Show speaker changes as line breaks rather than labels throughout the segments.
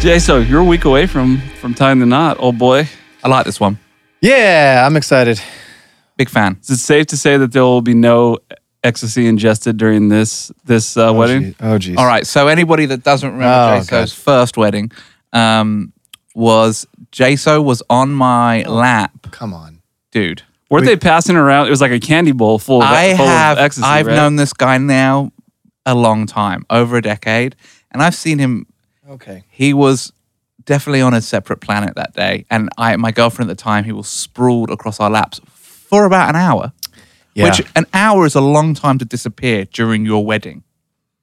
Jay, so you're a week away from from tying the knot, old boy.
I like this one.
Yeah, I'm excited.
Big fan.
Is it safe to say that there will be no ecstasy ingested during this this uh, wedding?
Oh, geez.
All right. So anybody that doesn't remember
Oh,
Jaso's first wedding um, was Jaso was on my lap,
Come on.
dude.
Weren't they passing around? It was like a candy bowl full of,
I
full
have
of ecstasy.
I've
right?
known this guy now a long time, over a decade, and I've seen him
Okay.
he was definitely on a separate planet that day. And I, my girlfriend at the time, he was sprawled across our laps for about an hour,
Yeah.
which an hour is a long time to disappear during your wedding.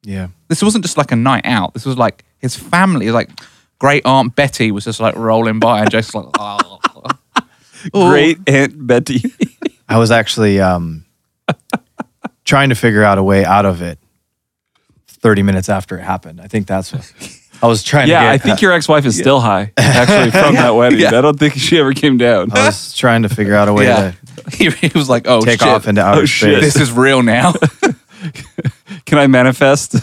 yeah.
This wasn't just like a night out. This was like his family, like great aunt Betty was just like rolling by and just like, oh.
Great Aunt Betty.
I was actually um, trying to figure out a way out of it 30 minutes after it happened. I think that's what I was trying to
yeah,
get.
I think your ex-wife is still high actually from that wedding. I don't think she ever came down.
I was trying to figure out a way
Oh, Yeah. He, he was like, oh,
to take
shit.
off into outer
Oh, shit.
space.
this is real now.
Can I manifest?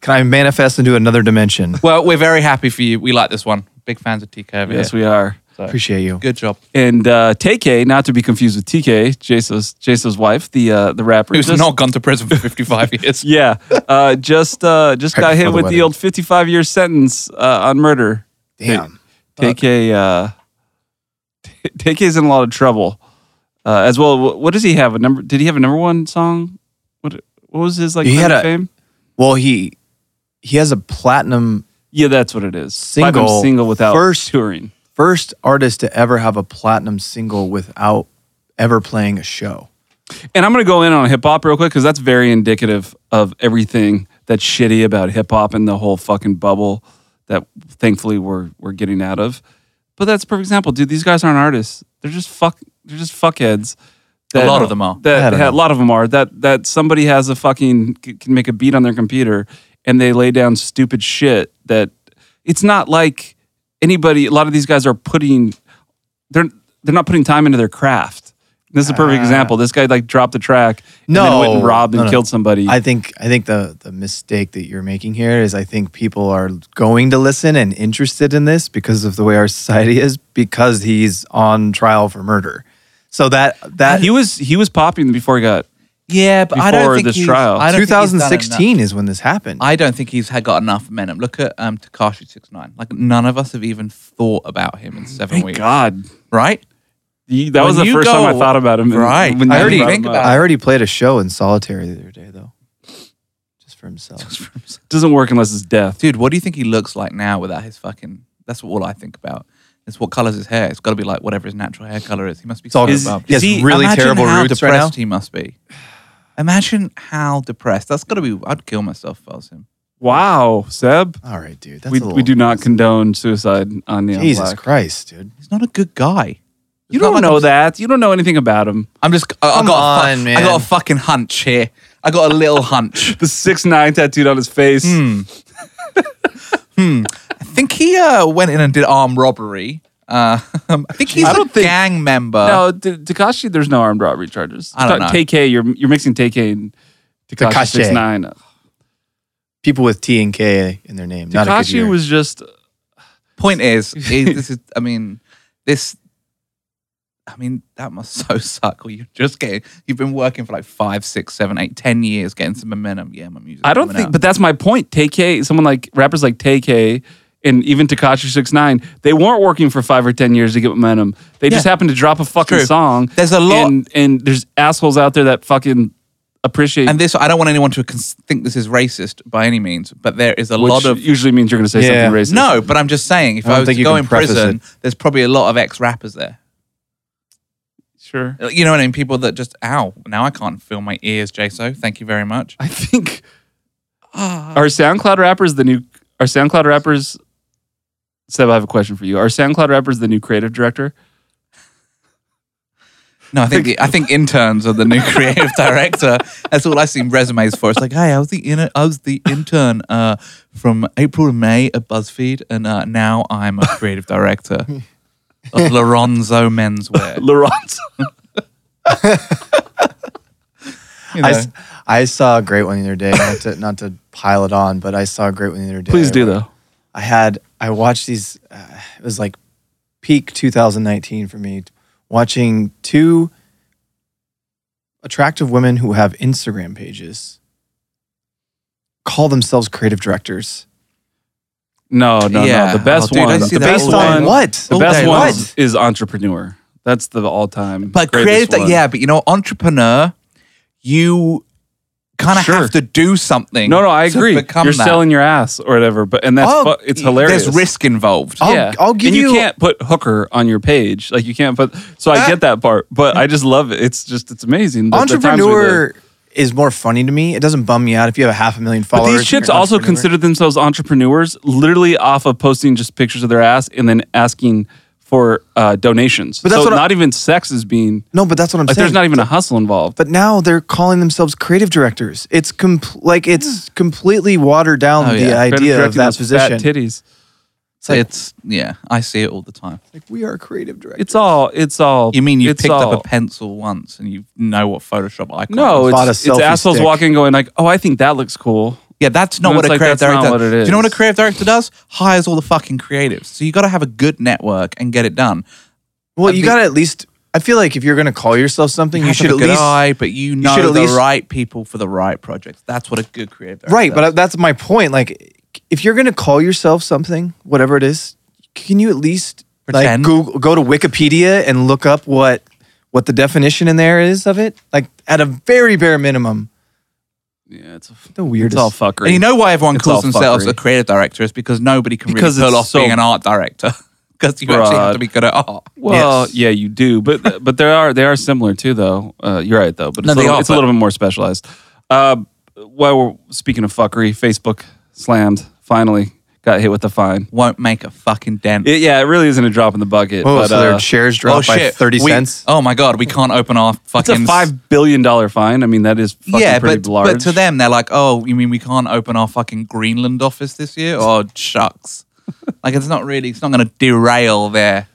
Can I manifest into another dimension?
well, we're very happy for you. We like this one. Big fans of TK over
yes,
here.
we are.
Appreciate you.
Good job.
And uh, TK, not to be confused with TK, Jaso's Jaso's wife, the uh, the rapper.
Who's
just-
not gone to prison for 55 years.
Yeah, uh, just uh, just
Right
got hit
before the
with the
wedding.
old 55 year sentence uh, on murder.
Damn.
TK uh, T- TK's in a lot of trouble. Uh, as well, Wh- what does he have? A number? Did he have a number one song? What What was his like?
He
claim
had
to
a-
fame.
Well, he he has a platinum
Yeah, that's what it is. Platinum
Single.
single without
First-
touring.
first artist to ever have a platinum single without ever playing a show.
And I'm gonna go in on hip hop real quick because that's very indicative of everything that's shitty about hip hop and the whole fucking bubble that thankfully we're we're getting out of. But that's a perfect example, dude. These guys aren't artists. They're just fuck. They're just fuckheads.
A lot of them are.
That,
I don't
a lot of them are. That that somebody has a fucking c- can make a beat on their computer and they lay down stupid shit that it's not like anybody. A lot of these guys are putting they're they're not putting time into their craft. This is a perfect example. This guy like dropped the track, and then went and
No,
robbed and
no, no.
killed somebody.
I think I think the the mistake that you're making here is I think people are going to listen and interested in this because of the way our society is because he's on trial for murder. So that that
he was he was popping before he got.
Yeah, but I don't
before
think
this
he's,
trial.
I don't think he's done enough.
2016 is when this happened.
I don't think he's had got enough momentum. Look at um, Takashi six nine. Like none of us have even thought about him in seven
Thank
weeks,
Oh God.
right?
You- that was
When
the
you
first time I
go-
thought about him. and-
Right.
when
I
you
already
brought
think
him up.
about
I already played a show in solitary the other day though. Just for himself.
Doesn't work unless it's death.
Dude, what do you think he looks like now without his fucking? That's all I think about. It's what colors his hair. It's got to be like whatever his natural hair color is. He must be. so
all good.
above.
He has
See,
really
imagine
terrible
how
roots right
depressed
now.
He must be. Imagine how depressed. That's got to be. I'd kill myself if I was him.
Wow, Seb.
All right, dude. That's
We,
a
we
little-
do not condone suicide on Neon
Jesus
Black.
Christ, dude.
He's not a good guy.
You
It's not
don't
like
know
I'm-
that. You don't know anything about him.
I'm just. I, I
Come
got. a fu-
on,
I
man.
got a fucking hunch here. I got a little hunch.
The six nine tattooed on his face.
I think he uh, went in and did armed robbery. Uh, I think he's
I
a
don't think-
gang member.
No, T- Takashi, there's no armed robbery charges.
I don't know.
TK, you're you're mixing TK and Takashi
Tekashi.
six nine.
People with T and K in their name. not a good
Takashi
year.
was just
Point is, is- this is. I mean, this. I mean, that must so suck. Well, you're just getting. You've been working for like five, six, seven, eight, ten years, getting some momentum. Yeah, my music.
I don't
coming
think,
out.
but that's my point. TK, someone like rappers like TK and even Takashi Six Nine, they weren't working for five or ten years to get momentum. They just
Yeah.
happened to drop a fucking
true.
song.
There's a lot-
and, and there's assholes out there that fucking appreciate.
and this, I don't want anyone to cons- think this is racist by any means. But there is a
which
lot of
usually means you're going to say
Yeah.
something racist.
no. But I'm just saying, if
I don't
I, was
think
to
you
go
can
in
preface
prison, there's probably a lot of ex rappers there.
sure.
You know what I mean? People that just, ow, now I can't feel my ears, JSO. Thank you very much.
I think
Ah.
our SoundCloud rappers the new our SoundCloud rappers. Seb, I have a question for you. Are SoundCloud rappers the new creative director?
No, I think the, I think interns are the new creative director. That's all I've seen resumes for. It's like, hey, I was the inter- I was the intern uh, from April to May at BuzzFeed, and uh, now I'm a creative director of Lorenzo Menswear.
Laurent.
You know.
I, s- I saw a great one the other day. Not to not to pile it on, but I saw a great one the other day.
Please do though.
I had I watched these. Uh, it was like peak 2019 for me, watching two attractive women who have Instagram pages call themselves creative directors.
No, no,
Yeah.
no. The best
Oh, dude, I
one.
see
The
that
best
Based
all day.
one.
on what?
The
All
best
day
one
long.
is, is entrepreneur. That's the all time.
But creative, yeah. But you know, entrepreneur, you kind of
Sure.
have to do something.
No, no, I
to
agree. You're
become that.
selling your ass or whatever. But and that's
Oh,
fu- it's hilarious. Oh,
There's risk involved.
I'll-
yeah.
I'll give
and you,
you- Ah.
can't put hooker on your page. Like you can't put. So I get that part, but I just love it. It's just it's amazing. The- the times we live.
entrepreneur is more funny to me. It doesn't bum me out if you have a half a million
But
followers.
these
and you're
shits
an
also
entrepreneur.
consider themselves entrepreneurs, literally off of posting just pictures of their ass and then asking for uh, donations.
But that's
so
what I-
not even sex is being
no, but that's what I'm
like.
saying.
There's not even a hustle involved.
but now they're calling themselves creative directors. It's com- like it's completely watered down
Oh,
the
yeah.
Credit
idea of
directing
that
those fat
position.
titties.
So it's yeah, I see it all the time.
Like we are creative directors.
It's all. It's all.
You mean you
it's
picked
all-
up a pencil once and you know what Photoshop icon?
No,
is?
it's,
Bought a
it's
selfie
assholes
stick.
walking, going like, "Oh, I think that looks cool."
yeah, that's
No,
not what
it's
a
like,
creative
that's
director.
not
does.
what it
Do you know what a
is.
creative director does? Hires all the fucking creatives. So you got to have a good network and get it done.
well,
I
you
mean-
got to at least. I feel like if you're going to call yourself something, you,
have to
should
have
at
a good
least.
eye, but you know
should at
the
least-
right people for the right projects. That's what a good creative director
Right, but I-
does.
that's my point. Like, if you're going to call yourself something, whatever it is, can you at least
Pretend.
like Google, go to Wikipedia and look up what what the definition in there is of it? Like, at a very bare minimum,
Yeah, it's,
the
it's
weirdest.
all fuckery.
and you know why everyone
It's all
calls themselves
fuckery.
a creative director is because nobody can
Because
really pull
it's
off
so-
being an art director because you actually
Bruh.
have to be good at art.
Well,
Yes.
yeah, you do, but but there are they are similar too, though. Uh, you're right though, but it's,
No,
a,
they
little,
are,
it's a
but-
little bit more specialized. Uh, while we're speaking of fuckery, Facebook slammed. Finally, got hit with the fine.
Won't make a fucking dent.
It, yeah, it really isn't a drop in the bucket.
Oh,
but,
so their
uh,
shares dropped by thirty
We-
cents.
Oh my god, we can't open our
it's a
fucking
five billion dollar fine. I mean, that is fucking
yeah,
pretty
but,
large.
but to them they're like, oh, you mean we can't open our fucking Greenland office this year? Oh shucks, like it's not really, it's not going to derail their.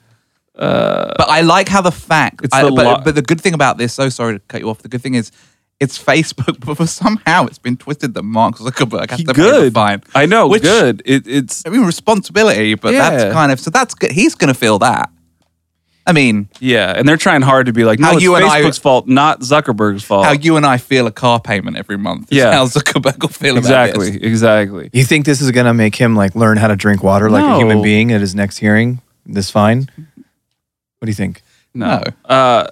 but I like how the fact,
Uh, It's
I-
the
but,
lo-
but the good thing about this, so sorry to cut you off. The good thing is, it's Facebook, but for somehow it's been twisted that Mark Zuckerberg has
He-
to pay the
good.
fine.
I know,
Which-
good. It, it's
I mean responsibility, but
Yeah.
that's kind of so that's good. He's going to feel that. I mean,
yeah, and they're trying hard to be like, no,
How
it's
you and I-
Facebook's fault, not Zuckerberg's fault.
how you and I feel a car payment every month. Is
Yeah.
how Zuckerberg will feel about this.
exactly, exactly.
You think this is gonna make him like learn how to drink water like a human
No.
being at his next hearing? This fine. What do you think?
No, uh,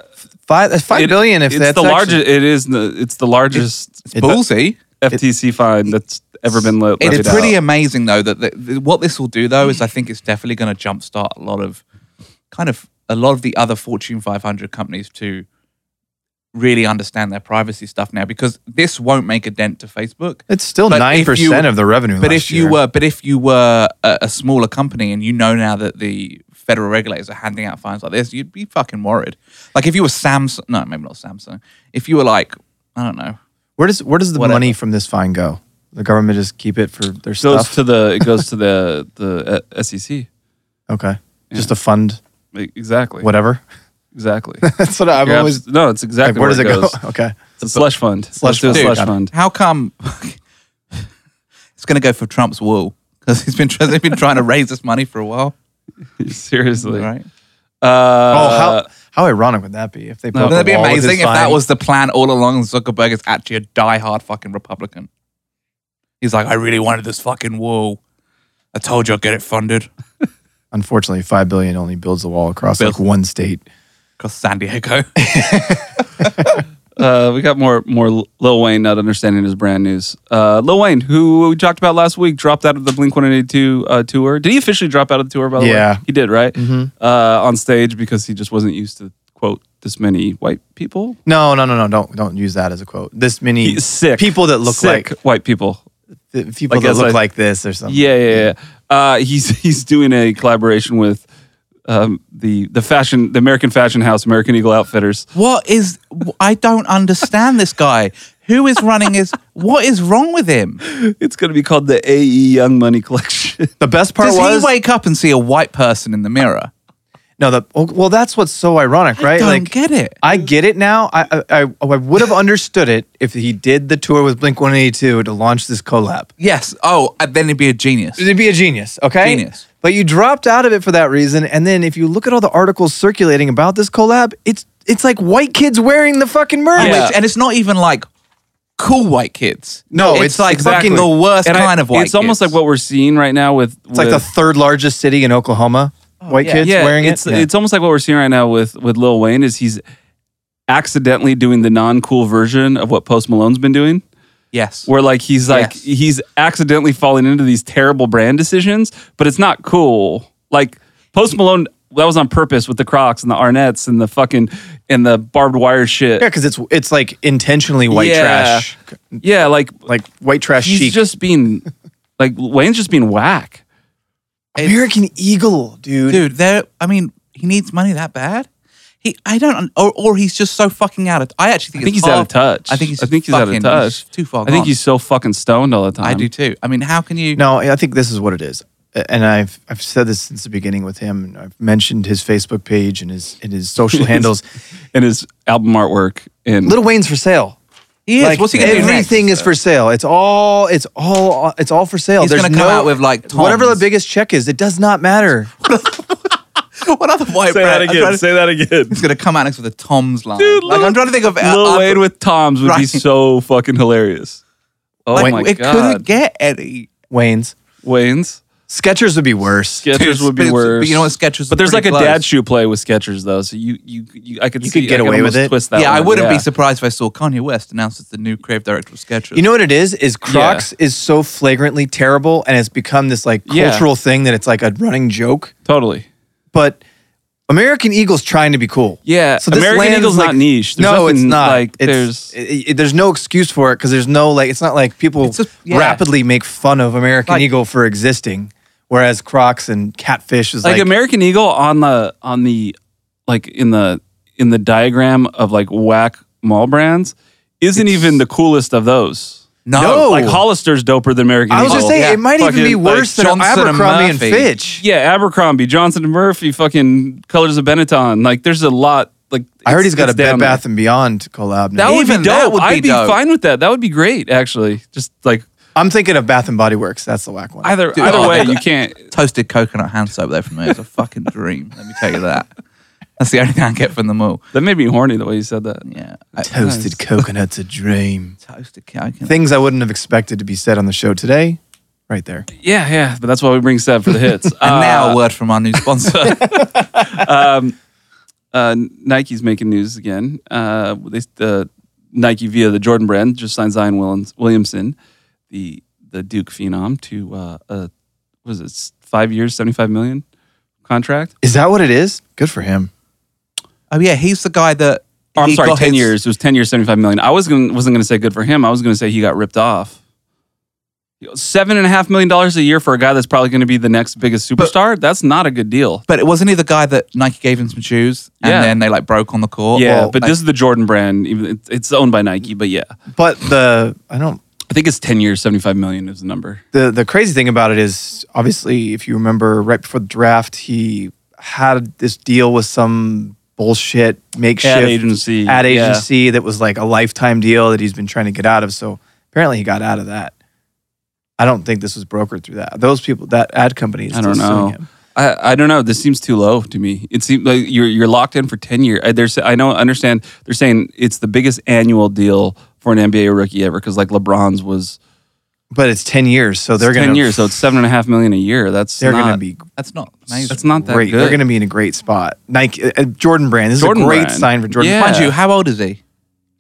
Five that's five
it-
billion. If
it's
that's
the
actually-
largest. It is. The, it's the largest
It's ballsy.
FTC fine that's ever been let.
It's
levied out.
pretty amazing though that, that, that what this will do though
Mm.
is I think it's definitely going to jumpstart a lot of kind of a lot of the other Fortune 500 companies to really understand their privacy stuff now because this won't make a dent to Facebook.
It's still
But if
nine percent
you-
of the revenue.
But
last
if you uh,
year.
were, but if you were a, a smaller company and you know now that the federal regulators are handing out fines like this, you'd be fucking worried. Like if you were Samsung, no, maybe not Samsung. If you were like, I don't know,
where does where does the
Whatever.
money from this fine go? The government just keep it for their
It goes
stuff.
to the. It goes to the the uh, SEC.
okay, just to fund
Like, E, Exactly.
whatever.
Exactly.
That's what I've
You're
always.
abs- no, it's exactly
Like, where does it go?
goes.
Okay,
It's a slush fund. Let's
Slush
do a
fund.
slush
Dude.
fund.
How come it's going to go for Trump's wall? Because he's been try- they've been trying to raise this money for a while,
Seriously.
right?
Uh,
oh, how how ironic would that be if they? put up
Wouldn't that be
a wall with his
amazing if that
sign?
was the plan all along? and Zuckerberg is actually a diehard fucking Republican. He's like, I really wanted this fucking wall. I told you I'd get it funded
Unfortunately, five billion only builds the wall across
Build-
like one state.
because San Diego.
uh, we got more more Lil Wayne not understanding his brand news. Uh, Lil Wayne, who we talked about last week, dropped out of the Blink One Eighty Two uh, tour. Did he officially drop out of the tour? By the
Yeah. Mm-hmm.
way, he did, right? Uh, on stage because he just wasn't used to quote this many white people.
No, no, no, no! Don't don't use that as a quote. This many
He's sick
Mm. people that look
sick
like
white people.
th- people
Like,
that
as
look
I-
like this or something.
Yeah, yeah, yeah. Uh, he's he's doing a collaboration with um, the the fashion the American fashion house American Eagle Outfitters.
what is? I don't understand this guy. Who is running his? What is wrong with him?
It's going to be called the AE Young Money Collection.
The best part
Does
was
he wake up and see a white person in the mirror?
No, the oh, well, that's what's so ironic, right?
I don't
like,
get it.
I get it now. I I, I, I would have understood it if he did the tour with Blink One Eighty Two to launch this collab.
Yes. Oh, and then he'd be a genius.
It'd be a genius, okay?
Genius.
But you dropped out of it for that reason, and then if you look at all the articles circulating about this collab, it's it's like white kids wearing the fucking merch.
And
Yeah.
it's- and it's not even like cool white kids.
No,
it's,
it's
like
exactly-
fucking the worst
I-
kind of white.
It's almost like
kids.
what we're seeing right now with.
It's like the third largest city in Oklahoma. White
Oh, yeah.
kids
yeah,
wearing
it's
it. Yeah.
it's almost like what we're seeing right now with with Lil Wayne is he's accidentally doing the non cool version of what Post Malone's been doing.
yes.
where like he's like
Yes.
he's accidentally falling into these terrible brand decisions, but it's not cool. Like Post Malone, that was on purpose with the Crocs and the Arnett's and the fucking and the barbed wire shit.
Yeah, because it's it's like intentionally white
Yeah.
trash,
Yeah, like
like white trash
he's
chic.
just being like Wayne's just being whack.
It's-
American Eagle, dude.
dude. There. I mean, he needs money that bad. He. I don't. Or, or he's just so fucking out of. I actually think,
I think
it's
he's out
half-
of touch.
I think he's.
I think he's out
fucking-
of touch.
he's too far.
I think
gone.
he's so fucking stoned all the time.
I do too. I mean, how can you?
No, I think this is what it is, and I've I've said this since the beginning with him. and I've mentioned his Facebook page and his and his social handles.
And his album artwork and
Little Wayne's for sale.
He is.
Like,
What's he gonna do next?
everything is for sale. It's all it's all it's all for sale.
He's
There's
gonna come
no-
out with, like,
whatever the
Toms.
biggest check is. It does not matter.
what other white
say
brand?
that
I'm
again.
trying to-
Say that again.
He's gonna come out next with a Tom's line.
Dude,
like I'm trying to think of uh,
Lil
other-
Wayne with Toms would be
Right.
so fucking hilarious. Oh
like,
my
it couldn't
god,
get any.
Wayne's
Wayne's.
Skechers would be worse.
Skechers would be
But-
worse.
But you know what? Skechers. is
But there's like
pretty
a dad
close.
shoe play with Skechers though, so you you, you I could
You
see,
could get
I
away with
almost
it.
Twist that
yeah, I
one,
wouldn't
yeah.
be surprised if I saw Kanye West announced as the new creative director of Skechers.
You know what it is? Is Crocs is so flagrantly terrible, and it's become this like
Yeah.
cultural thing that it's like a running joke.
Totally.
But American Eagle's trying to be cool.
Yeah,
this
American
lands,
Eagle's not niche. There's
no, it's
nothing,
not.
like,
It's-
there's-
it- it- there's no excuse for it because there's no like. It's not like people
It's just- yeah.
rapidly make fun of American
Like-
Eagle for existing, whereas Crocs and Catfish is
Like,
like,
American Eagle on the on the like in the in the diagram of like whack mall brands isn't even the coolest of those.
No.
No.
Like Hollister's doper than American
I was
Eagle.
gonna say
yeah,
it might even
fucking,
be
like,
worse than
Johnson and
Abercrombie and,
Murphy.
Fitch.
Yeah, Abercrombie, Johnson and Murphy, fucking Colors of Benetton. Like there's a lot. Like
I heard
it's-
he's got a
it's
Bed
down there.
Bath and Beyond collab.
That
Now.
would be
Even
dope.
that would be
I'd be
dope.
fine with that. That would be great, actually. Just like
I'm thinking of Bath and Body Works. That's the whack one.
either
Dude,
either
oh,
way,
that-
you can't.
toasted coconut hand soap there for me is a fucking dream. Let me tell you that. That's the only thing I get from them all.
That made me horny the way you said that.
Yeah, I-
Uh, Toasted coconut's a dream.
toasted coconut.
Things I wouldn't have expected to be said on the show today, right there.
Yeah, yeah. But that's why we bring Seb for the hits. and
And now a word from our new sponsor.
uh, Nike's making news again. Uh, they, uh, Nike via the Jordan brand just signed Zion Williams- Williamson, the the Duke phenom, to uh, a was it five years, seventy five million contract.
Is that what it is? Good for him.
oh yeah, he's the guy that.
Oh, I'm
he
sorry,
got
ten
his-
years. It was ten years, seventy five million. I was gonna, wasn't going to say good for him. I was going to say he got ripped off. Seven and a half million dollars a year for a guy that's probably going to be the next biggest superstar. that's not a good deal.
But it wasn't he the guy that Nike gave him some shoes and
Yeah.
then they like broke on the court.
Yeah,
Or,
but
like,
this is the Jordan brand. Even it's- it's owned by Nike, but yeah,
But the I don't
I think it's ten years, seventy five million is the number.
the the crazy thing about it is obviously if you remember right before the draft he had this deal with some bullshit
Ad
makeshift
agency,
ad
yeah.
agency that was like a lifetime deal that he's been trying to get out of so apparently he got out of that i don't think this was brokered through that those people that ad company is
I don't
still suing
know.
him.
I, I don't know. This seems too low to me. It seems like you're you're locked in for ten years. I, there's I know understand they're saying it's the biggest annual deal for an NBA rookie ever because like LeBron's was
but it's 10 years so they're
it's
going
ten years, so it's seven and a half million a year. That's
they're going to
not-
be
that's not amazing.
that's not that
great
good.
they're going to be in a great spot nike uh, uh, jordan brand this
Jordan
is a great
Brand.
sign for jordan
Yeah.
Mind you, how old is he?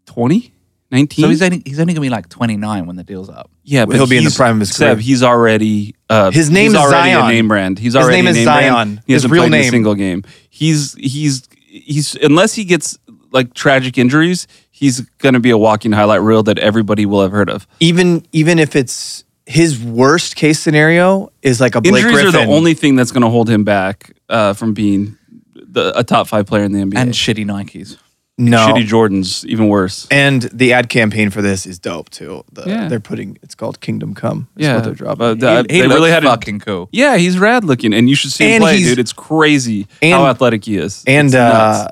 20, 19?
So he's only he's only gonna be like 29 when the deal's up.
yeah, but
he'll be in the
he's-
prime of his
Seb,
career.
he's already uh,
His name
he's
is
already
Zion.
A name brand. He's
His
already
name
a
is
name
Zion.
Brand. He
His
hasn't
real
played
name.
a single game. He's he's he's unless he gets like tragic injuries, he's going to be a walking highlight reel that everybody will have heard of.
even even if it's his worst case scenario is like a Blake
Injuries are
Griffin.
the only thing that's going to hold him back uh, from being the, a top five player in the NBA.
And shitty Nikes.
No.
shitty Jordans, even worse.
And the ad campaign for this is dope too. The,
Yeah.
They're putting it's called Kingdom Come. Is
Yeah,
what they're dropping.
but uh, that-
he
they
looks
really had a-
fucking cool.
Yeah, he's rad looking, and you should see him
And
play,
he's-
dude. It's crazy how
and-
athletic he is.
and
It's
uh,
nuts.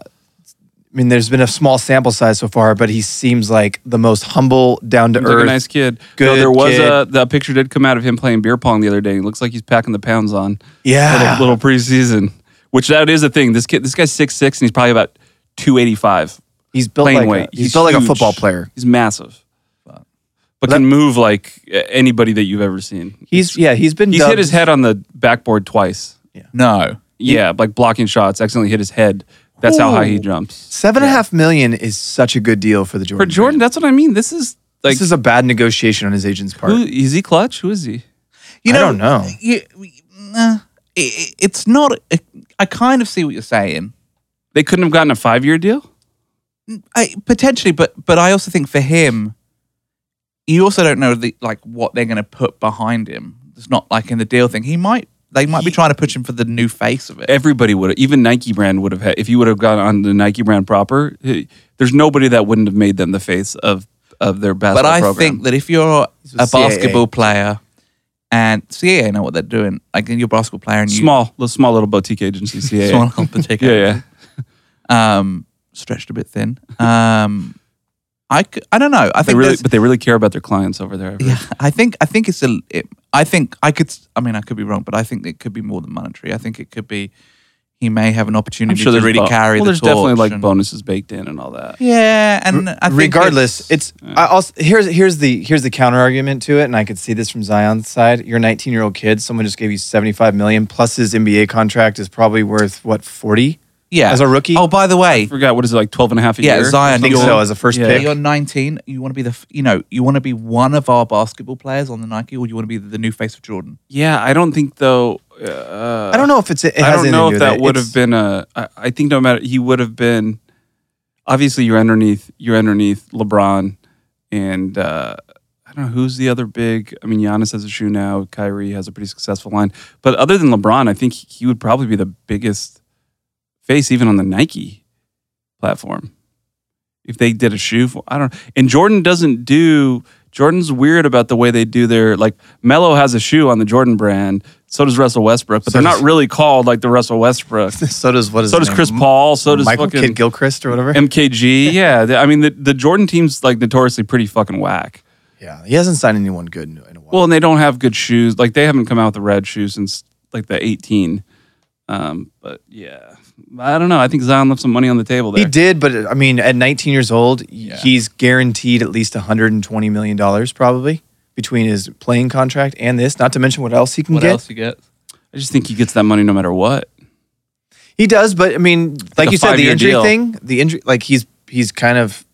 I mean, there's been a small sample size so far, but he seems like the most humble, down to
Seems like
earth.
a nice kid. Though
good
there was
kid.
a the picture did come out of him playing beer pong the other day. He looks like he's packing the pounds on.
yeah,
little, little preseason, which that is a thing. This kid, this guy's six six, and he's probably about two eighty five.
he's built
playing
like
weight.
A, he's, built like a
huge.
football player.
He's massive,
Wow.
but
That-
can move like uh, anybody that you've ever seen.
He's yeah, he's been
He's hit
dubbed-
his head on the backboard twice.
No.
Yeah, like blocking shots, accidentally hit his head. That's how high he
Ooh.
jumps.
Seven and a half million is such a good deal for the
For
Jordan.
Jordan,
brand.
that's what I mean. This is like
this is a bad negotiation on his agent's part.
who is he clutch? Who is he?
You
I
know,
don't know.
You, nah, it, it's not. I kind of see what you're saying.
They couldn't have gotten a five year deal?
I, potentially, but but I also think for him, you also don't know the, like what they're going to put behind him. It's not like in the deal thing. He might they might be trying to push him for the new face of it.
Everybody would have even Nike brand would have had if you would have gone on the Nike brand proper, eh, there's nobody that wouldn't have made them the face of of their basketball
but I
program.
think that if you're
with
a
CAA.
basketball player and CAA know what they're doing, like you're a basketball player and you
small, little small little boutique agency, CAA.
small particular,
Yeah, yeah.
um, stretched a bit thin. Um, I, c- I don't know. I
They
think
really
there's-
but they really care about their clients over there.
Yeah, I think I think it's a. It, I think I could. s- I mean, I could be wrong, but I think it could be more than monetary. I think it could be. He may have an opportunity
I'm sure
to
there's
really
bo-
carry
Well,
the
there's definitely
torch
like
and-
bonuses baked in and all that.
Yeah, and I think
regardless, it's, I also here's here's the here's the counter argument to it, and I could see this from Zion's side. You're a 19 year old kid. Someone just gave you 75 million plus his NBA contract is probably worth what 40
yeah
as a rookie.
Oh, by the way,
I forgot what is it like 12 and a half a
Yeah,
year?
Zion,
I think
you're-
so as a first
Yeah.
pick.
you're 19. You want to be the. f- You know, you want to be one of our basketball players on the Nike, or you want to be the new face of Jordan.
Yeah, I don't think though uh,
I don't know if it's it has
I don't
anything
know
to do
if
with
that
it.
would
It's-
have been a. I, I think no matter he would have been. Obviously, you're underneath. You're underneath LeBron, and uh, I don't know who's the other big. I mean, Giannis has a shoe now. Kyrie has a pretty successful line, but other than LeBron, I think he would probably be the biggest face, even on the Nike platform. If they did a shoe, for, I don't. And Jordan doesn't do. Jordan's weird about the way they do their like. Melo has a shoe on the Jordan brand. So does Russell Westbrook, but
So
they're
does-
not really called like the Russell Westbrook.
so does what is
So
his
does
name?
Chris Paul. So does
Michael
fucking
Kidd Gilchrist or whatever.
MKG. Yeah, the- I mean the, the Jordan team's like notoriously pretty fucking whack.
yeah, he hasn't signed anyone good in, in a while.
Well, and they don't have good shoes. Like they haven't come out with a red shoe since like the 18. Um, but yeah, I don't know. I think Zion left some money on the table there.
he did, but I mean, at 19 years old, he's guaranteed at least 120 million dollars probably between his playing contract and this. Not to mention what else he can
What
get.
else you get?
I just think he gets that money no matter what.
He does, but I mean, like
a
you said, the
five-year
injury
deal.
thing, the injury, like he's he's kind of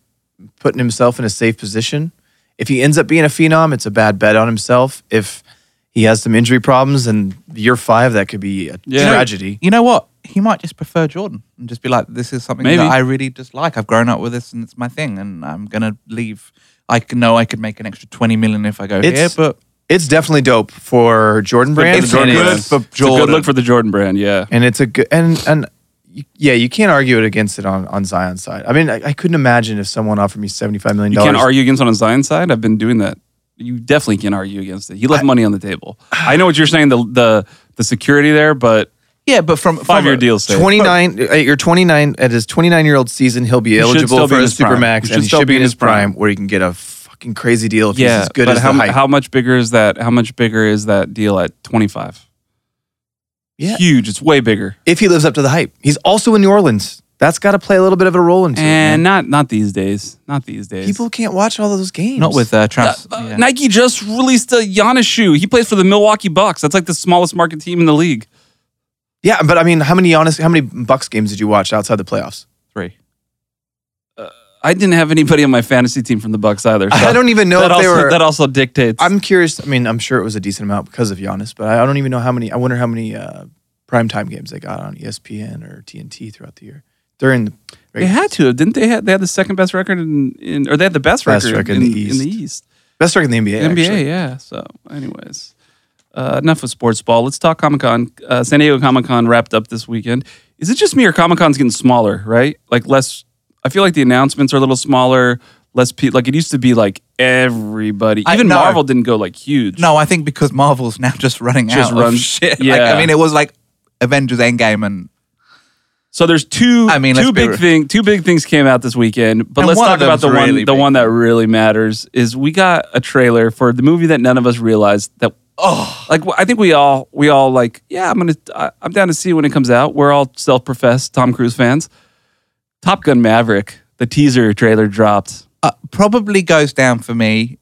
putting himself in a safe position. If he ends up being a phenom, it's a bad bet on himself. If he has some injury problems and year five, that could be a
Yeah.
tragedy.
You know what? He might just prefer Jordan and just be like, "This is something
Maybe.
that I really dislike. I've grown up with this, and it's my thing, and I'm gonna leave." I c- know I could make an extra twenty million if I go
It's
here, but
It's definitely dope for Jordan
Good for
Brand.
the
it's
Jordan
good
brand.
for
It's a good
Jordan.
look for the Jordan brand. Yeah.
and it's a good and and y- yeah, you can't argue it against it on on Zion's side. I mean, I, I couldn't imagine if someone offered me seventy five million
You
dollars.
can't argue against it on Zion's side. I've been doing that. You definitely can't argue against it. He left money on the table. I know what you're saying, the the the security there, but
yeah, but from from
five year
a-
deal. safe.
29 uh, at your 29 at his 29 year old season he'll be
should
eligible
still
for
be in
a
his prime. He
supermax
should
and he
still
should be in his prime, where he can get a fucking crazy deal if he's as good
but
as
how,
the hype.
how much bigger is that? How much bigger is that deal at 25?
Yeah.
Huge. It's way bigger.
if he lives up to the hype he's also in new orleans that's got to play a little bit of a role into it, man.
And not not these days. Not these days.
people can't watch all those games
Not with uh, Travis.
Uh,
yeah.
Nike just released a Giannis shoe. He plays for the Milwaukee Bucks. That's like the smallest market team in the league.
yeah but i mean how many honest how many bucks games did you watch outside the playoffs
three.
I didn't have anybody on my fantasy team from the Bucks either. so
I don't even know
that
if they
also,
were-
That also dictates.
i'm curious i mean i'm sure it was a decent amount because of Giannis, but i I don't even know how many i wonder how many uh primetime games they got on E espn or tnt throughout the year during the
they had to have, didn't they? Had, they had the second best record in, in or they had the best,
Best
record,
record
in,
in
the
the
in the
East.
East.
best record in the nba
NBA,
actually.
yeah. So, anyways, uh, enough with sports ball. Let's talk Comic Con. Uh, San Diego Comic Con wrapped up this weekend. Is it just me or Comic Con's getting smaller? Right, like less. I feel like the announcements are a little smaller, less pe- like it used to be like everybody.
I-
Even
no.
Marvel didn't go like huge.
No, I think because Marvel's now just running
Just
out
run-
of shit. Like,
yeah.
I mean, it was like Avengers Endgame and
So there's two.
I mean, let's
two
be
big
re-
thing. Two big things came out this weekend. But
And
let's
one
talk
of
about the
them's
one.
really
the
big.
one that really matters is we got a trailer for the movie that none of us realized that.
oh,
Like I think we all we all like yeah I'm gonna I, I'm down to see it when it comes out. We're all self-professed Tom Cruise fans. Top Gun Maverick. The teaser trailer dropped.
uh, probably goes down for me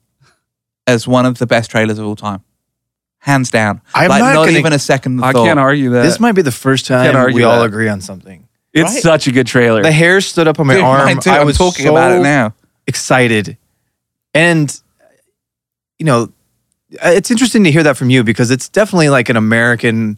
as one of the best trailers of all time, hands down.
I'm
like
not
not,
gonna-
even a second
I
thought.
can't argue that.
this might be the first time
argue
we all
that.
agree on something.
it's
right?
such a good trailer.
The hair stood up on my
Dude,
arm.
mine too.
I
I'm
was
talking
so
about it now.
excited, and you know, uh, it's interesting to hear that from you because it's definitely like an American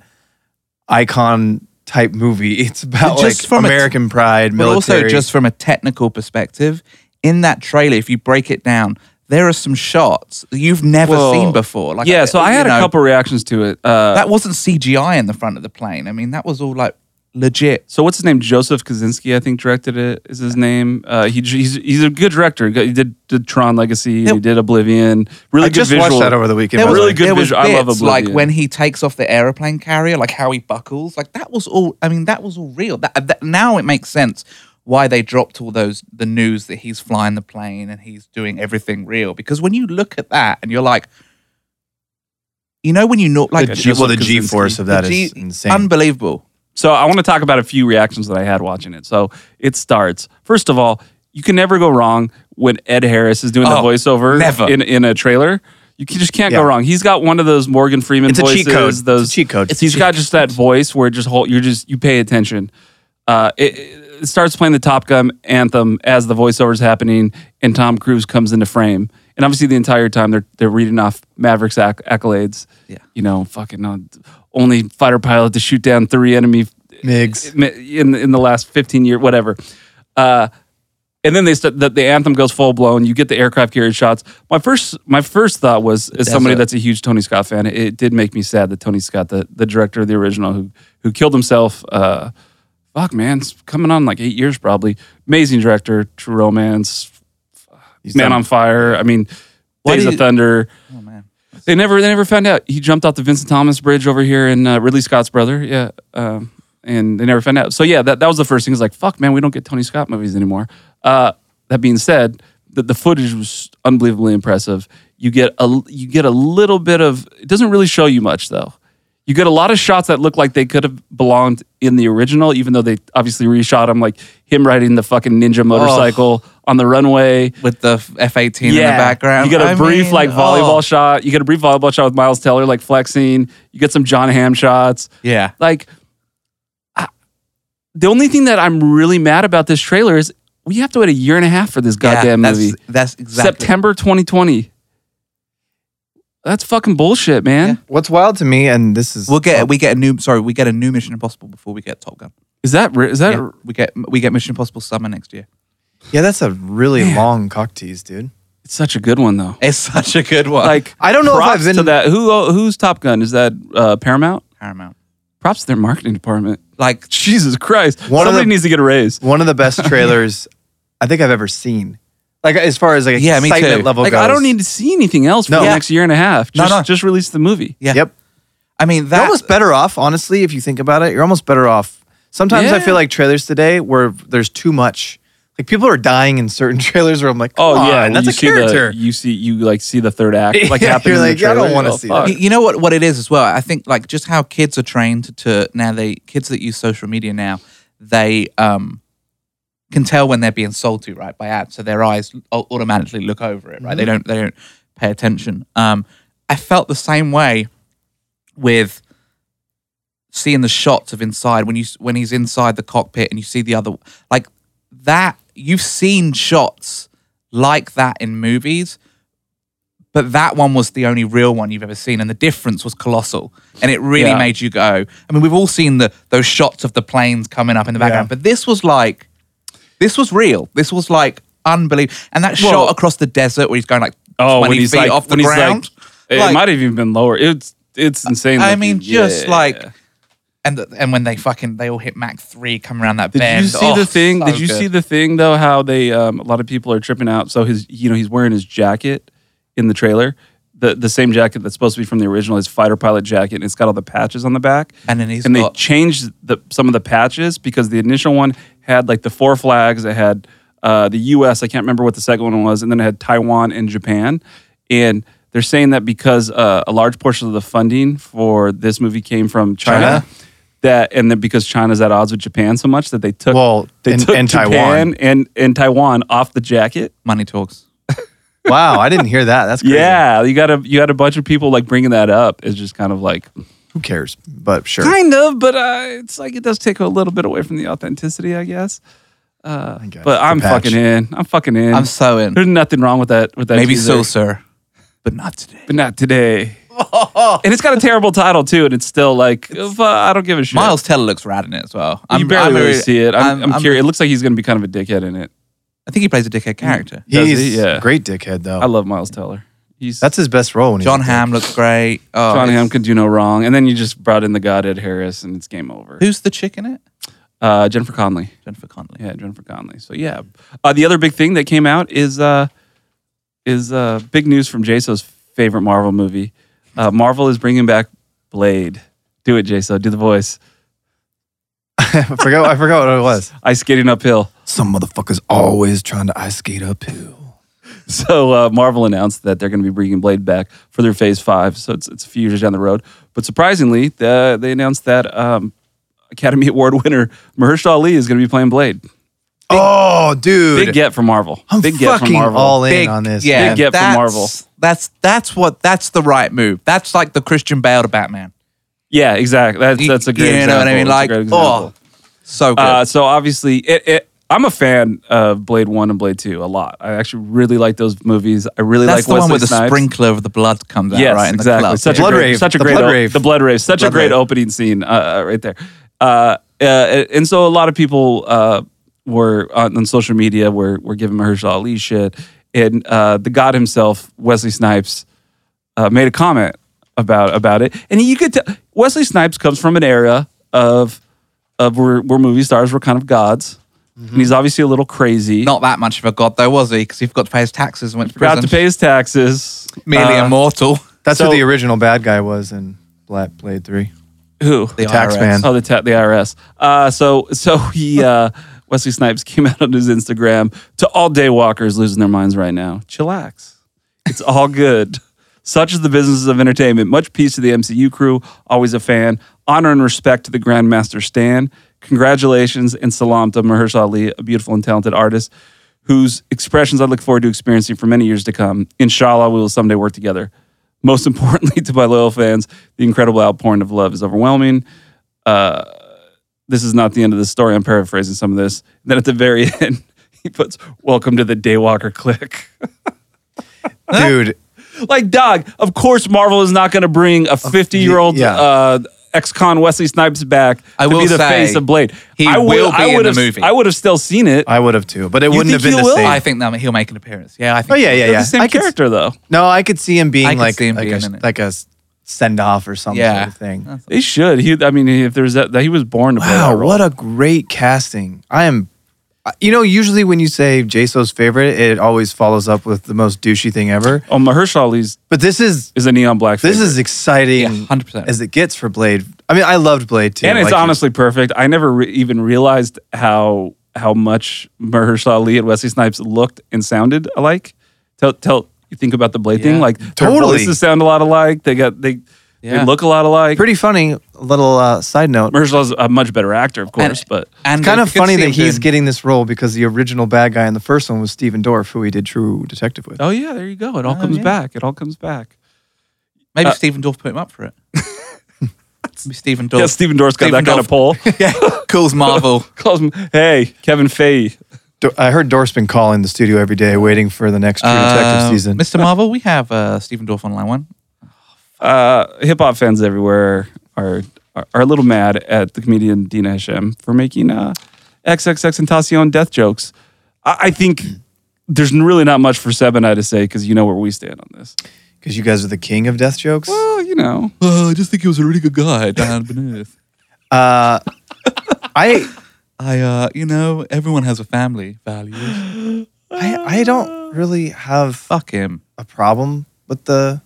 icon type movie. It's about
Just
like
from a t-
American pride,
But
military.
also, just from a technical perspective, in that trailer, if you break it down, there are some shots that you've never
Well,
seen before. Like
yeah, so I
you
had a
know,
couple reactions to it. Uh,
That wasn't CGI in the front of the plane. I mean, that was all like legit.
so what's his name? Joseph Kaczynski, I think, directed it. Is his name? Uh, he, he's he's a good director. He did, did Tron Legacy. He
Yeah.
did Oblivion. Really
I
good
just
visual.
watched that over the weekend.
There
by
was
the
really
way.
good
there was
visual. I love
bits,
Oblivion.
Like when he takes off the aeroplane carrier, like how he buckles, like that was all. I mean, that was all real. That, that now it makes sense why they dropped all those the news that he's flying the plane and he's doing everything real. Because when you look at that and you're like, you know, when you know, like
The G, well, the G force of that
the
is
G-
insane.
unbelievable.
So I want to talk about a few reactions that I had watching it. So it starts. First of all, you can never go wrong when Ed Harris is doing the
Oh,
voiceover
never.
in in a trailer. You can- just can't go
Yeah.
wrong. He's got one of those Morgan Freeman
It's a
voices.
cheat code. It's a
Those
cheat code.
He's got just that voice where it just whole, you're just you pay attention. Uh, it, it starts playing the Top Gun anthem as the voiceover's happening, and Tom Cruise comes into frame. And obviously, the entire time they're they're reading off Maverick's acc- accolades.
Yeah.
you know, fucking uh, only fighter pilot to shoot down three enemy
Migs.
in in the last 15 year whatever uh and then they st- the, the anthem goes full blown you get the aircraft carrier shots my first my first thought was as somebody
Desert.
that's a huge tony scott fan it, it did make me sad that tony scott the, the director of the original who who killed himself uh fuck man it's coming on like eight years probably amazing director true romance
He's
man
done-
on fire i mean
Why
Days
do
of
you-
Thunder.
Oh man,
They never, they never found out. He jumped off the Vincent Thomas Bridge over here in uh, Ridley Scott's brother. Yeah, um, and they never found out. So yeah, that, that was the first thing. Is like, fuck, man, we don't get Tony Scott movies anymore. Uh, that being said, the, the footage was unbelievably impressive. You get a, you get a little bit of. It doesn't really show you much though. You get a lot of shots that look like they could have belonged in the original, even though they obviously reshot them, like him riding the fucking ninja motorcycle on the runway
with the F eighteen in the background,
you get a
I
brief
mean,
like volleyball
oh,
shot. You get a brief volleyball shot with Miles Teller like flexing. You get some John Hamm shots.
yeah.
Like I- the only thing that I'm really mad about this trailer is we have to wait a year and a half for this
yeah,
goddamn
that's,
movie.
That's exactly.
September 2020. That's fucking bullshit, man.
Yeah.
What's wild to me, and this is
We'll get we get a new sorry we get a new Mission Impossible before we get Top Gun.
Is that re- is that
Yeah, we get we get Mission Impossible summer next year.
yeah, that's a really long cock tease, dude.
it's such a good one though.
It's such a good one.
Like
I don't know if
props
I've been-
to that. Who uh, who's Top Gun? Is that uh, Paramount?
Paramount.
Props to their marketing department.
Like
Jesus Christ.
One of
Somebody
the-
needs to get a raise.
One of the best trailers I think I've ever seen. Like as far as like
Yeah, me too.
excitement level
like
goes.
I don't need to see anything else for
No.
the
Yeah.
next year and a half.
Oh, No,
Just,
no.
just release the movie.
yeah.
Yep.
I mean
You're
that
almost better off, honestly, if you think about it. You're almost better off. Sometimes I
Yeah.
feel like trailers today where there's too much. Like people are dying in certain trailers where I'm like,
Oh
oh
yeah,
yeah,
when
that's
you
a
see
character.
The, you see, you like see the third act like
Yeah,
happening.
you're
in
like,
the
"Yeah, I
trailer.
don't wanna
You're like,
see
"Fuck."
Y- You know what, what it is as well. I think like just how kids are trained to now they kids that use social media now they um can tell when they're being sold to right by ads, so their eyes au- automatically look over it. Right, they don't they don't pay attention. Um, I felt the same way with seeing the shots of inside when you s- when he's inside the cockpit and you see the other like that. You've seen shots like that in movies, but that one was the only real one you've ever seen, and the difference was colossal. And it really
Yeah.
made you go. I mean, we've all seen the those shots of the planes coming up in the background, but this was like, this was real. This was like unbelievable. And that
Well-
shot across the desert where he's going like
Oh, when
twenty
he's
feet
like,
off the
when he's
ground.
like, it
Like-
might have even been lower. It's it's insane.
I mean, just like And th- and when they fucking they all hit Mach three, come around that
Did
bend.
you see
Oh,
the thing?
so
Did you
good.
see the thing though? How they um, a lot of people are tripping out. So his, you know, he's wearing his jacket in the trailer. The, the same jacket that's supposed to be from the original, his fighter pilot jacket, and it's got all the patches on the back.
And then he's
and
got-
they changed the, some of the patches because the initial one had like the four flags. It had uh, the U.S. I can't remember what the second one was, and then it had Taiwan and Japan. And they're saying that because uh, a large portion of the funding for this movie came from China,
China?
that and then because China's at odds with Japan so much that they took
Well,
they
and-
took
and
Japan
Taiwan.
and and Taiwan off the jacket.
money talks.
Wow, I didn't hear that. That's crazy.
Yeah, you got a you had a bunch of people like bringing that up. It's just kind of like
Who cares? But sure,
kind of, but uh, it's like it does take a little bit away from the authenticity, I guess.
I guess.
But
It's a
I'm
patch.
fucking in. I'm fucking in.
I'm so in.
There's nothing wrong with that. With that,
Maybe
teaser,
so, sir, but not today.
but not today. and it's got a terrible title too, and it's still like "Fu- I don't give a shit.
Miles Teller looks rad in it as well.
you barely really
very-
see it. I'm, I'm, curious. It looks like he's gonna be kind of a dickhead in it.
I think he plays a dickhead
Mm.
character.
Does
He's
he? Yeah.
a great dickhead though.
I love Miles Teller. He's
That's his best role. When he's
John
a dick.
Hamm looks great. Oh,
John
it's-
Hamm could do no wrong, and then you just brought in the god Ed Harris, and it's game over.
Who's the chick in it?
Uh, Jennifer Conley.
Jennifer Connelly.
Yeah, Jennifer Conley. So yeah, uh, the other big thing that came out is uh, is uh, big news from Jaso's favorite Marvel movie. Uh, Marvel is bringing back Blade. Do it, Jaso. Do the voice.
I forgot. I forgot what it was.
Ice skating uphill.
Some motherfuckers always trying to ice skate uphill.
So uh, Marvel announced that they're going to be bringing Blade back for their Phase Five. So it's, it's a few years down the road. But surprisingly, the, they announced that um, Academy Award winner Mahershala Ali is going to be playing Blade.
oh, dude.
Big get from Marvel.
I'm
big get
fucking
from Marvel.
all in
Big-
on this.
Yeah,
man.
Big get from
that's-
Marvel.
That's that's what that's the right move. That's like the Christian Bale to Batman.
yeah, exactly. That's that's a great.
You know what I mean?
example.
Like,
It's a great example.
oh, so good.
Uh, so obviously, it, it, I'm a fan of Blade One and Blade Two a lot. I actually really like those movies. I really
that's
like
the
Wesley
one where the
Snipes.
sprinkler of the blood comes out,
Yes,
right? in the
exactly.
club.
Such
Blood
a great,
rave.
such a
The
great,
blood
o-
rave.
the blood rave, such a
Blood
great
rave.
opening scene uh, uh, right there. Uh, uh, and so a lot of people uh, were on, on social media were were giving Mahershala Ali shit, and uh, the god himself, Wesley Snipes, uh, made a comment about about it, and you could tell Wesley Snipes comes from an era of of where, where movie stars were kind of gods, and he's obviously a little crazy.
Mm-hmm. Not that much of a god though, was he? Because he forgot to pay his taxes and went to
forgot
prison.
to pay his taxes.
Merely
Uh,
immortal.
That's
So-
who the original bad guy was in Black Blade Three.
Uh, who
The
tax
IRS.
man.
Oh, the ta- the IRS. Uh, so so he uh, Wesley Snipes came out on his Instagram to all day walkers losing their minds right now. Chillax, it's all good. Such is the business of entertainment. Much peace to the MCU crew. Always a fan. Honor and respect to the Grandmaster Stan. Congratulations and salam to Mahershala Ali, a beautiful and talented artist whose expressions I look forward to experiencing for many years to come. Inshallah, we will someday work together. Most importantly, to my loyal fans, the incredible outpouring of love is overwhelming this is not the end of the story. I'm paraphrasing some of this. Then at the very end, he puts, Welcome to the Daywalker Click.
Dude,
like, dog, of course, Marvel is not going to bring a 50 year old
yeah.
uh, ex con Wesley Snipes back
I
to
will
be the
say,
face of Blade.
he
I would-
will be
I
in
would
the
have-
movie. Uh,
I would have still seen it.
I would have too, but it wouldn't
think
have been
he
the
will?
same.
I think that he'll make an appearance. Yeah, I think.
oh yeah, yeah,
They're
yeah.
the same
I could,
character, though.
No, I could see him being
I could
like
see him
like,
being
a,
in it.
like a send off or some
Yeah.
sort of thing.
They should. He, I mean, if there's that, he was born to play that
Wow,
role.
what a great casting. I am I- you know, usually when you say Jaso's favorite, it always follows up with the most douchey thing ever.
Oh, Mahershala Ali's
But this is
is a neon black.
this
favorite.
is exciting
Yeah, 100%.
as it gets for Blade. I mean, I loved Blade too.
and it's
like,
honestly perfect. I never re- even realized how how much Mahershala Ali and Wesley Snipes looked and sounded alike. Tell tell you think about the Blade thing,
Yeah.
like their
Totally.
voices sound a lot alike. They got they
Yeah.
they look a lot alike.
pretty funny little uh, side note.
Mahershala's a much better actor, of course, but
and
It's kind
you
of
could
funny
see
that
him
he's
doing-
getting this role because the original bad guy in the first one was Steven Dorff, who he did True Detective with.
oh yeah, there you go. It all
Oh,
comes
yeah.
back. It all comes back.
Maybe
uh,
Stephen Dorff put him up for it. Maybe Stephen Dorff.
Yeah, Stephen Dorff's got
Stephen
that kind
Dorff.
of pull.
yeah, calls Marvel.
Calls him, hey, Kevin Feige.
Dor- I heard Dorff's been calling the studio every day, waiting for the next True
Uh,
Detective
Um,
season.
Mr. Marvel, we have uh, Stephen Dorff on line one.
uh, hip hop fans everywhere are, are are a little mad at the comedian Dina Hashem for making uh, XXX Tentacion death jokes. I, I think there's really not much for Seb and I to say because you know where we stand on this.
Because you guys are the king of death jokes.
Well, you know,
Oh, I just think he was a really good guy down beneath.
Uh, I,
I, uh, you know, everyone has a family value.
I I don't really have
Fuck him.
a problem with the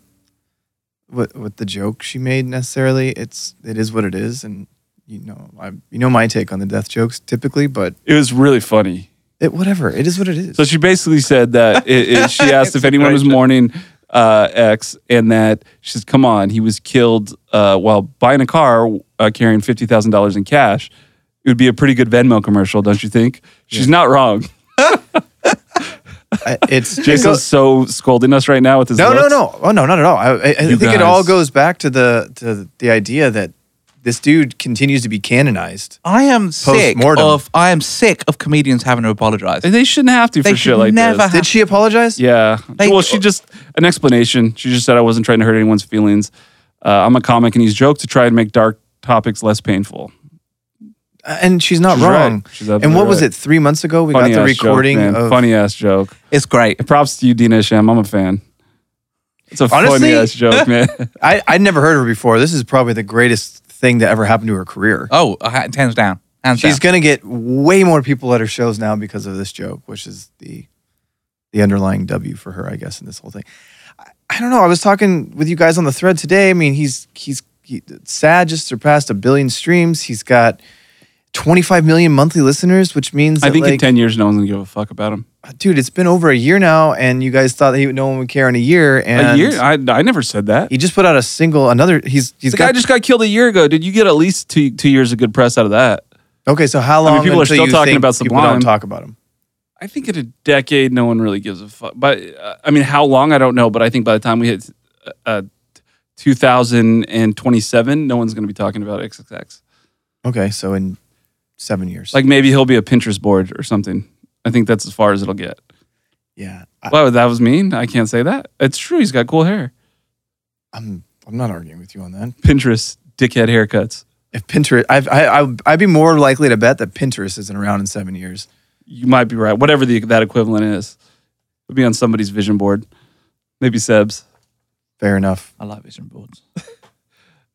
with, with the joke she made necessarily. It's it is what it is, and you know I you know my take on the death jokes typically, but
It was really funny.
it whatever it is what it is.
So she basically said that it, it- she asked if
It's a
anyone
great
was
joke.
mourning uh, X, and that she says, "Come on, he was killed uh, while buying a car uh, carrying fifty thousand dollars in cash. It would be a pretty good Venmo commercial, don't you think?" She's not wrong.
I- it's it
Jason's
goes,
so scolding us right now with his
no no
looks.
no oh no not at all. I, I, I
You
think it all
guys.
goes back to the to the idea that this dude continues to be canonized.
I am sick
Post-mortem.
of. I am sick of comedians having to apologize.
And they shouldn't have to
They
for
should
shit like
never
this.
have-
Did she apologize?
Yeah.
Like-
well, she just an explanation. She just said I wasn't trying to hurt anyone's feelings. Uh, I'm a comic, and he's joked to try and make dark topics less painful.
Uh, and she's not
She's
wrong.
right. She's absolutely
and what was
right.
it? Three months ago, we got the
ass joke,
recording
man.
of
funny ass joke.
It's great.
Props to you, Dina Shem. I'm a fan. It's a
Honestly-
funny ass joke, man.
I, I'd never heard of her before. This is probably the greatest thing that ever happened to her career.
Oh, uh, ha- hands down. Hands
She's
down.
going to get way more people at her shows now because of this joke, which is the the underlying W for her, I guess, in this whole thing. I, I don't know. I was talking with you guys on the thread today. I mean, he's he's he, Sad just surpassed a billion streams. He's got 25 million monthly listeners, which means
I
that,
think in
like,
10 years, no one's gonna give a fuck about him.
dude, it's been over a year now, and you guys thought that he, no one would care in a year, and
a year? I, I never said that.
he just put out a single. Another, he's he's
The
got
guy just got killed a year ago. Did you get at least two two years of good press out of that?
Okay, so how
mean,
long
people are
until
still
you
talking
think
about
people
Sublime.
don't talk about him?
I think in a decade, no one really gives a fuck. But uh, I mean, how long? I don't know. But I think by the time we hit uh, uh, 2027, no one's going to be talking about XXX.
Okay, so in seven years,
Like maybe he'll be a Pinterest board or something. I think that's as far as it'll get.
yeah, I,
Wow, that was mean. I can't say that. It's true. He's got cool hair.
I'm I'm not arguing with you on that.
Pinterest dickhead haircuts.
If Pinterest, I've, I I I'd be more likely to bet that Pinterest isn't around in seven years.
You might be right. Whatever the, that equivalent is, it'll be on somebody's vision board. Maybe Seb's.
Fair enough.
I like vision boards.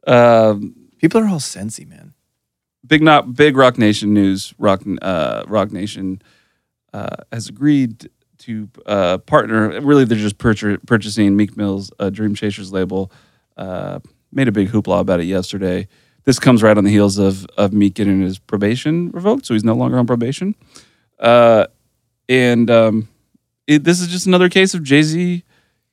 Um,
People are all sensy, man.
big not big rock nation news rock uh, rock nation uh, has agreed to uh, partner really they're just purchar- purchasing meek mill's uh, dream chasers label uh, made a big hoopla about it yesterday this comes right on the heels of of meek getting his probation revoked so he's no longer on probation uh, and um, it, this is just another case of jay-z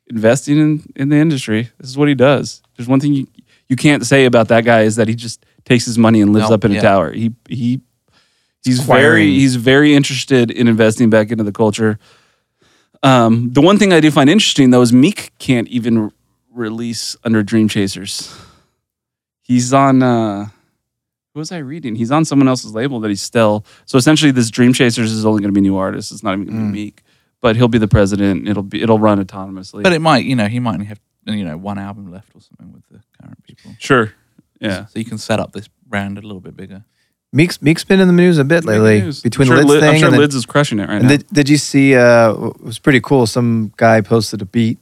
investing in, in the industry this is what he does there's one thing you, you can't say about that guy is that he just takes his money and lives
No,
up in a
yeah.
tower he he he's very
Acquiring.
he's very interested in investing back into the culture um, the one thing I do find interesting though is Meek can't even re- release under Dream Chasers. He's on uh what was I reading? He's on someone else's label that he's still so essentially this Dream Chasers is only gonna be new artists. It's not even gonna
Mm.
be Meek. But he'll be the president. It'll be it'll run autonomously.
But it might, you know, he might only have, you know, one album left or something with the current people.
sure. Yeah.
So you can set up this brand a little bit bigger.
Meek's Meek's been in the news a bit lately
Big news.
between
I'm sure
the Lids
Lid-
thing
I'm sure
and, then-
Lids is crushing it right
and
now.
did, did you see? Uh, it was pretty cool. Some guy posted a beat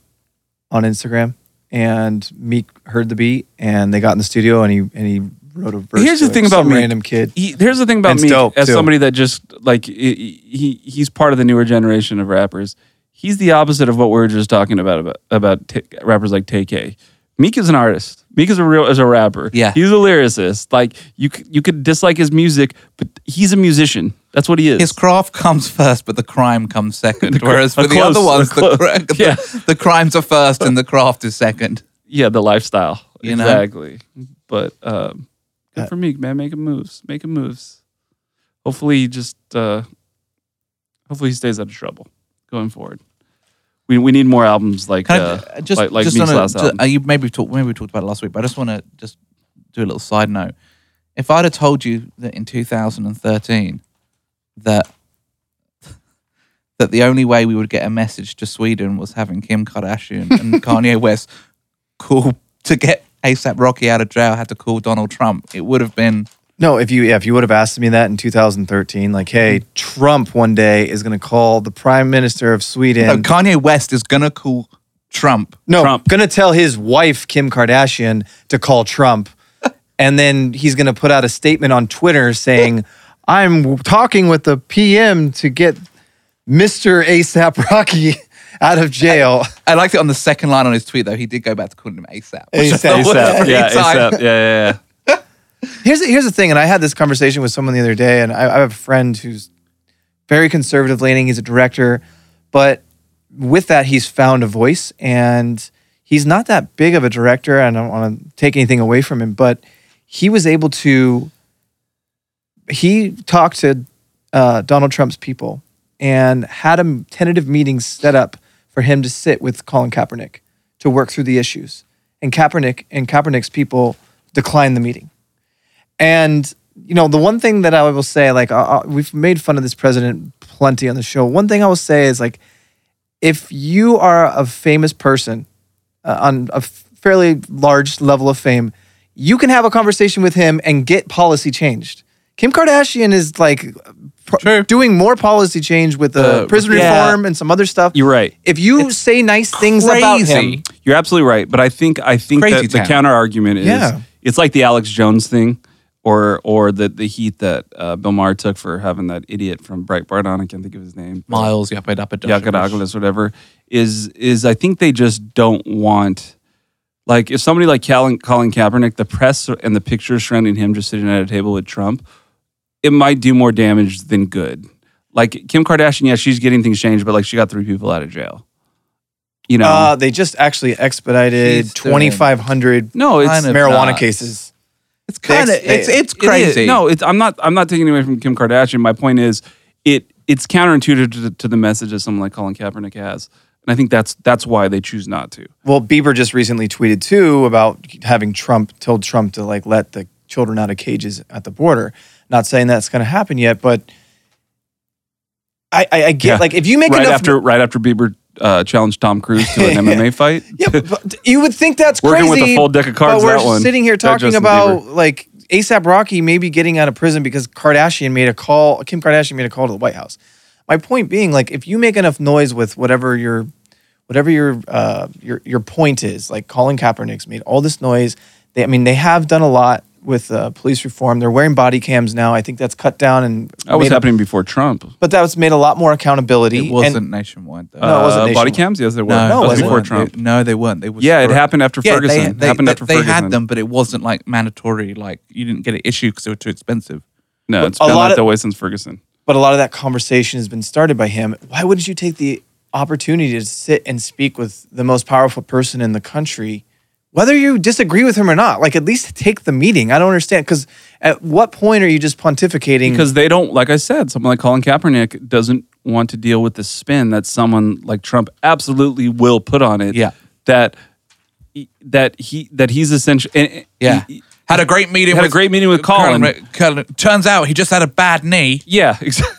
on Instagram, and Meek heard the beat, and they got in the studio, and he and he wrote a verse.
Here's
to
the
it.
thing about
Some
Meek.
random kid.
he, here's the thing about
And
me
dope,
as
too.
somebody that just like he, he he's part of the newer generation of rappers he's the opposite of what we were just talking about about, about t- rappers like TK Meek is an artist Meek is a real is a rapper
Yeah.
he's a lyricist like you c- you could dislike his music but he's a musician that's what he is
His craft comes first, but the crime comes second.
The cr-
Whereas for
the
the, other
clothes-
ones,
the
the,
clothes,
cra-
yeah.
the, the crimes are first and the craft is second.
yeah the lifestyle
You know?
exactly but um, good
Uh,
for Meek man making moves making moves hopefully he just uh, hopefully he stays out of trouble going forward we, we need more albums like
Can
uh,
I, just
like- like
just
Meek's
on a,
last
ju-
album.
uh, you maybe talk, maybe we talked about it last week, but I just want to just do a little side note. If I'd have told you that in 2013 that that the only way we would get a message to Sweden was having Kim Kardashian and Kanye West call to get ASAP Rocky out of jail had to call Donald Trump, it would have been
No, if you yeah, if you would have asked me that in 2013, like, hey, Trump one day is going to call the prime minister of Sweden.
no, Kanye West is gonna call Trump.
no,
Trump.
going to tell his wife Kim Kardashian to call Trump and then he's going to put out a statement on Twitter saying, "I'm talking with the PM to get Mr. ASAP Rocky out of jail."
I liked it on the second line on his tweet, though. He did go back to calling him ASAP. which I
ASAP.
thought was
ASAP.
pretty
Yeah,
exciting.
ASAP. Yeah, yeah, yeah.
Here's the, here's the thing, and I had this conversation with someone the other day, and I, I have a friend who's very conservative leaning. He's a director, but with that, he's found a voice, and he's not that big of a director. And I don't want to take anything away from him, but he was able to. He talked to uh, Donald Trump's people and had a tentative meeting set up for him to sit with Colin Kaepernick to work through the issues. And Kaepernick and Kaepernick's people declined the meeting. And you know, the one thing that I will say, like uh, uh, we've made fun of this president plenty on the show. One thing I will say is like, if you are a famous person uh, on a fairly large level of fame, you can have a conversation with him and get policy changed. Kim Kardashian is like pro-
True.
doing more policy change with the
Uh,
prison
yeah.
reform and some other stuff.
You're right.
If you say nice things about him,
crazy.
You're absolutely right, but I think I think
Crazy
that the
town.
counter argument is
Yeah.
it's like the Alex Jones thing, or or the the heat that uh, Bill Maher took for having that idiot from Breitbart on. I can't think of his name.
Miles, yeah, but up a
Yagadaglis, whatever, is is I think they just don't want like if somebody like Colin, Colin Kaepernick, the press and the pictures surrounding him just sitting at a table with Trump, it might do more damage than good. Like Kim Kardashian, yeah, she's getting things changed, but like she got three people out of jail. You know,
uh, they just actually expedited
She's doing-
2,500
no, it's
kind of
marijuana
nuts.
cases.
It's kind of
They-
it's it's
It is.
crazy.
No, it's, I'm not. I'm not taking away from Kim Kardashian. My point is, it it's counterintuitive to, the- to the message that someone like Colin Kaepernick has, and I think that's that's why they choose not to.
Well, Bieber just recently tweeted too about having Trump told Trump to like let the children out of cages at the border. Not saying that's going to happen yet, but I I, I get
Yeah.
like if you make
right
enough,
after right after Bieber uh, challenged Tom Cruise to an
Yeah.
MMA fight.
yeah, but you would think that's
Working with
crazy.
a full deck of
but
cards.
we're
that one.
sitting here
That
talking
Justin
about
Bieber.
like ASAP Rocky maybe getting out of prison because Kardashian made a call. Kim Kardashian made a call to the White House. My point being, like, if you make enough noise with whatever your whatever your uh, your your point is, like Colin Kaepernick's made all this noise. They, I mean, they have done a lot with uh, police reform. They're wearing body cams now. I think that's cut down and
That was
made a-
happening before Trump.
but that was made a lot more accountability.
it
And-
wasn't nationwide though.
No, it wasn't
Uh, body
nationwide.
cams? Yes, they were.
No,
that
it
was
wasn't.
before
They weren't.
Trump.
They- no, they weren't. They was
Yeah, it
for-
happened after
Yeah,
Ferguson.
They, they,
happened
they,
after
they
Ferguson.
had them, but it wasn't like mandatory. Like you didn't get an issue because they were too expensive.
No, it's
a
been
lot
like
of-
that way since Ferguson.
but a lot of that conversation has been started by him. Why wouldn't you take the opportunity to sit and speak with the most powerful person in the country, whether you disagree with him or not? Like, at least take the meeting. I don't understand. Because at what point are you just pontificating?
because they don't like i said someone like colin kaepernick doesn't want to deal with the spin that someone like trump absolutely will put on it
Yeah.
that that he that he's essential and
Yeah,
he-
had a great meeting.
Had a
with
great meeting with Colin.
Colin- Turns out he just had a bad knee.
yeah exactly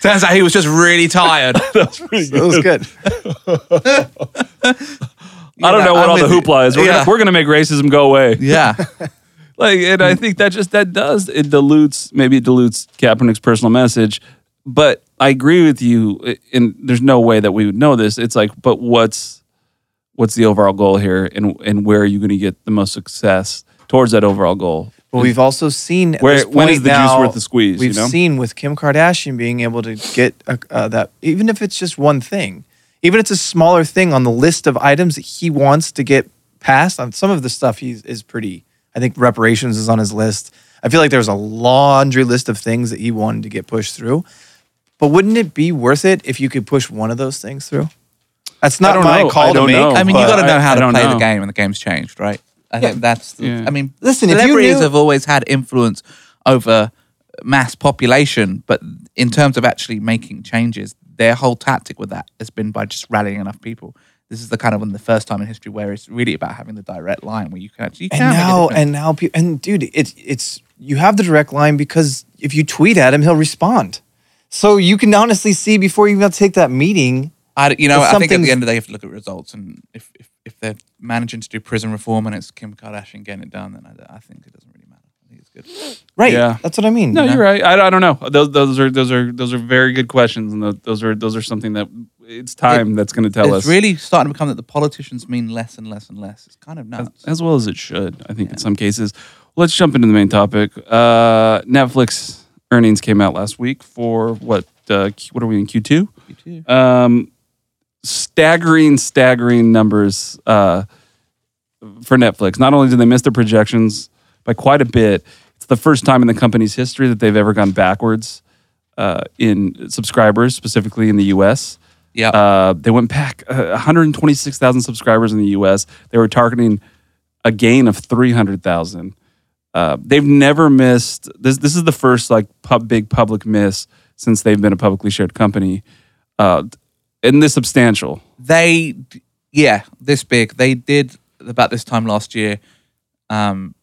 Turns out he was just really tired.
it was good.
i don't
Yeah,
know what
I'm
all the
with you.
hoopla is we're,
Yeah.
gonna, we're gonna make racism go away
yeah,
like and i think that just that does it dilutes maybe it dilutes kaepernick's personal message but i agree with you i- and there's no way that we would know this it's like but what's what's the overall goal here and and where are you going to get the most success towards that overall goal
But we've also seen at
Where-
this
when is
point
the juice
now,
worth the squeeze, you
We've
know?
seen with Kim Kardashian being able to get a, uh, that, even if it's just one thing, even if it's a smaller thing on the list of items that he wants to get passed. On some of the stuff he's is pretty. I think reparations is on his list. I feel like there's a laundry list of things that he wanted to get pushed through. But wouldn't it be worth it if you could push one of those things through? That's
I
not
don't
my
know. I
call to
don't
make.
know.
I mean you
But
got to know
I- I
how to
don't
play
know.
the game, and the game's changed, right? I think that's. the-
Yeah.
I mean,
Listen, if you
celebrities
knew-
have always had influence over mass population, but in terms of actually making changes, their whole tactic with that has been by just rallying enough people. This is the kind of one the first time in history where it's really about having the direct line where you can actually. You
and
can make a
now
difference.
and now pe- and dude it's it's you have the direct line because if you tweet at him he'll respond so you can honestly see before you even have to take that meeting
I, you know,
If
I think at
something's-
the end of the day, you have to look at results, and if, if if they're managing to do prison reform and it's Kim Kardashian getting it done, then I, I think it doesn't really matter. I think it's good.
right
Yeah.
that's what i mean
no you're right I, I don't know those those are those are those are very good questions and tho- those are those are something that it's time that's going to tell us.
it's really starting to become that the politicians mean less and less and less. It's kind of nuts.
uh, as well as it should, I think, in some cases. Let's jump into the main topic. Uh, Netflix earnings came out last week for what? Uh, Q- what are we in Q2?
You too.
Um, staggering, staggering numbers uh, for Netflix. Not only did they miss their projections by quite a bit, it's the first time in the company's history that they've ever gone backwards uh, in subscribers, specifically in the U.S.
Yeah.
Uh, they went back uh, 126,000 subscribers in the US. They were targeting a gain of 300,000. Uh, they've never missed this. This is the first like pub, big public miss since they've been a publicly shared company, uh, and this substantial.
they d- yeah this big they did about this time last year um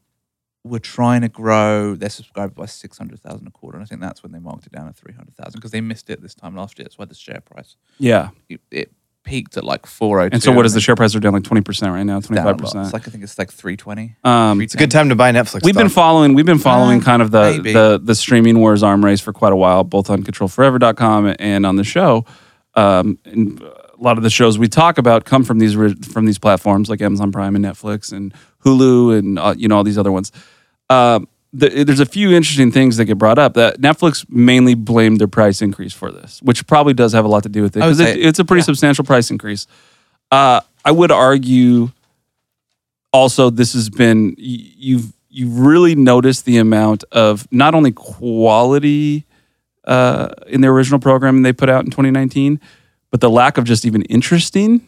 were trying to grow their subscriber by 600,000 a quarter and I think that's when they marked it down at 300,000 because they missed it this time last year that's why the share price
Yeah.
it, it peaked at like 402
And so, what is the
then
share price? They're down like twenty percent right now, twenty
down a
five
lot. it's
percent.
like I think it's like 320
Um,
It's a good time to buy Netflix.
We've been
though.
following we've been following
Uh,
kind of the,
maybe.
the the streaming wars arm race for quite a while, both on controlforever.com and on the show. Um, and a lot of the shows we talk about come from these ri- from these platforms like Amazon Prime and Netflix and Hulu and uh, you know all these other ones. Um the, there's a few interesting things that get brought up that Netflix mainly blamed their price increase for this, which probably does have a lot to do with it
I would
because it,
say-
it's a pretty substantial price increase. Uh, I would argue also this has been y- you've you've really noticed the amount of not only quality uh, in their original program they put out in 2019, but the lack of just even interesting.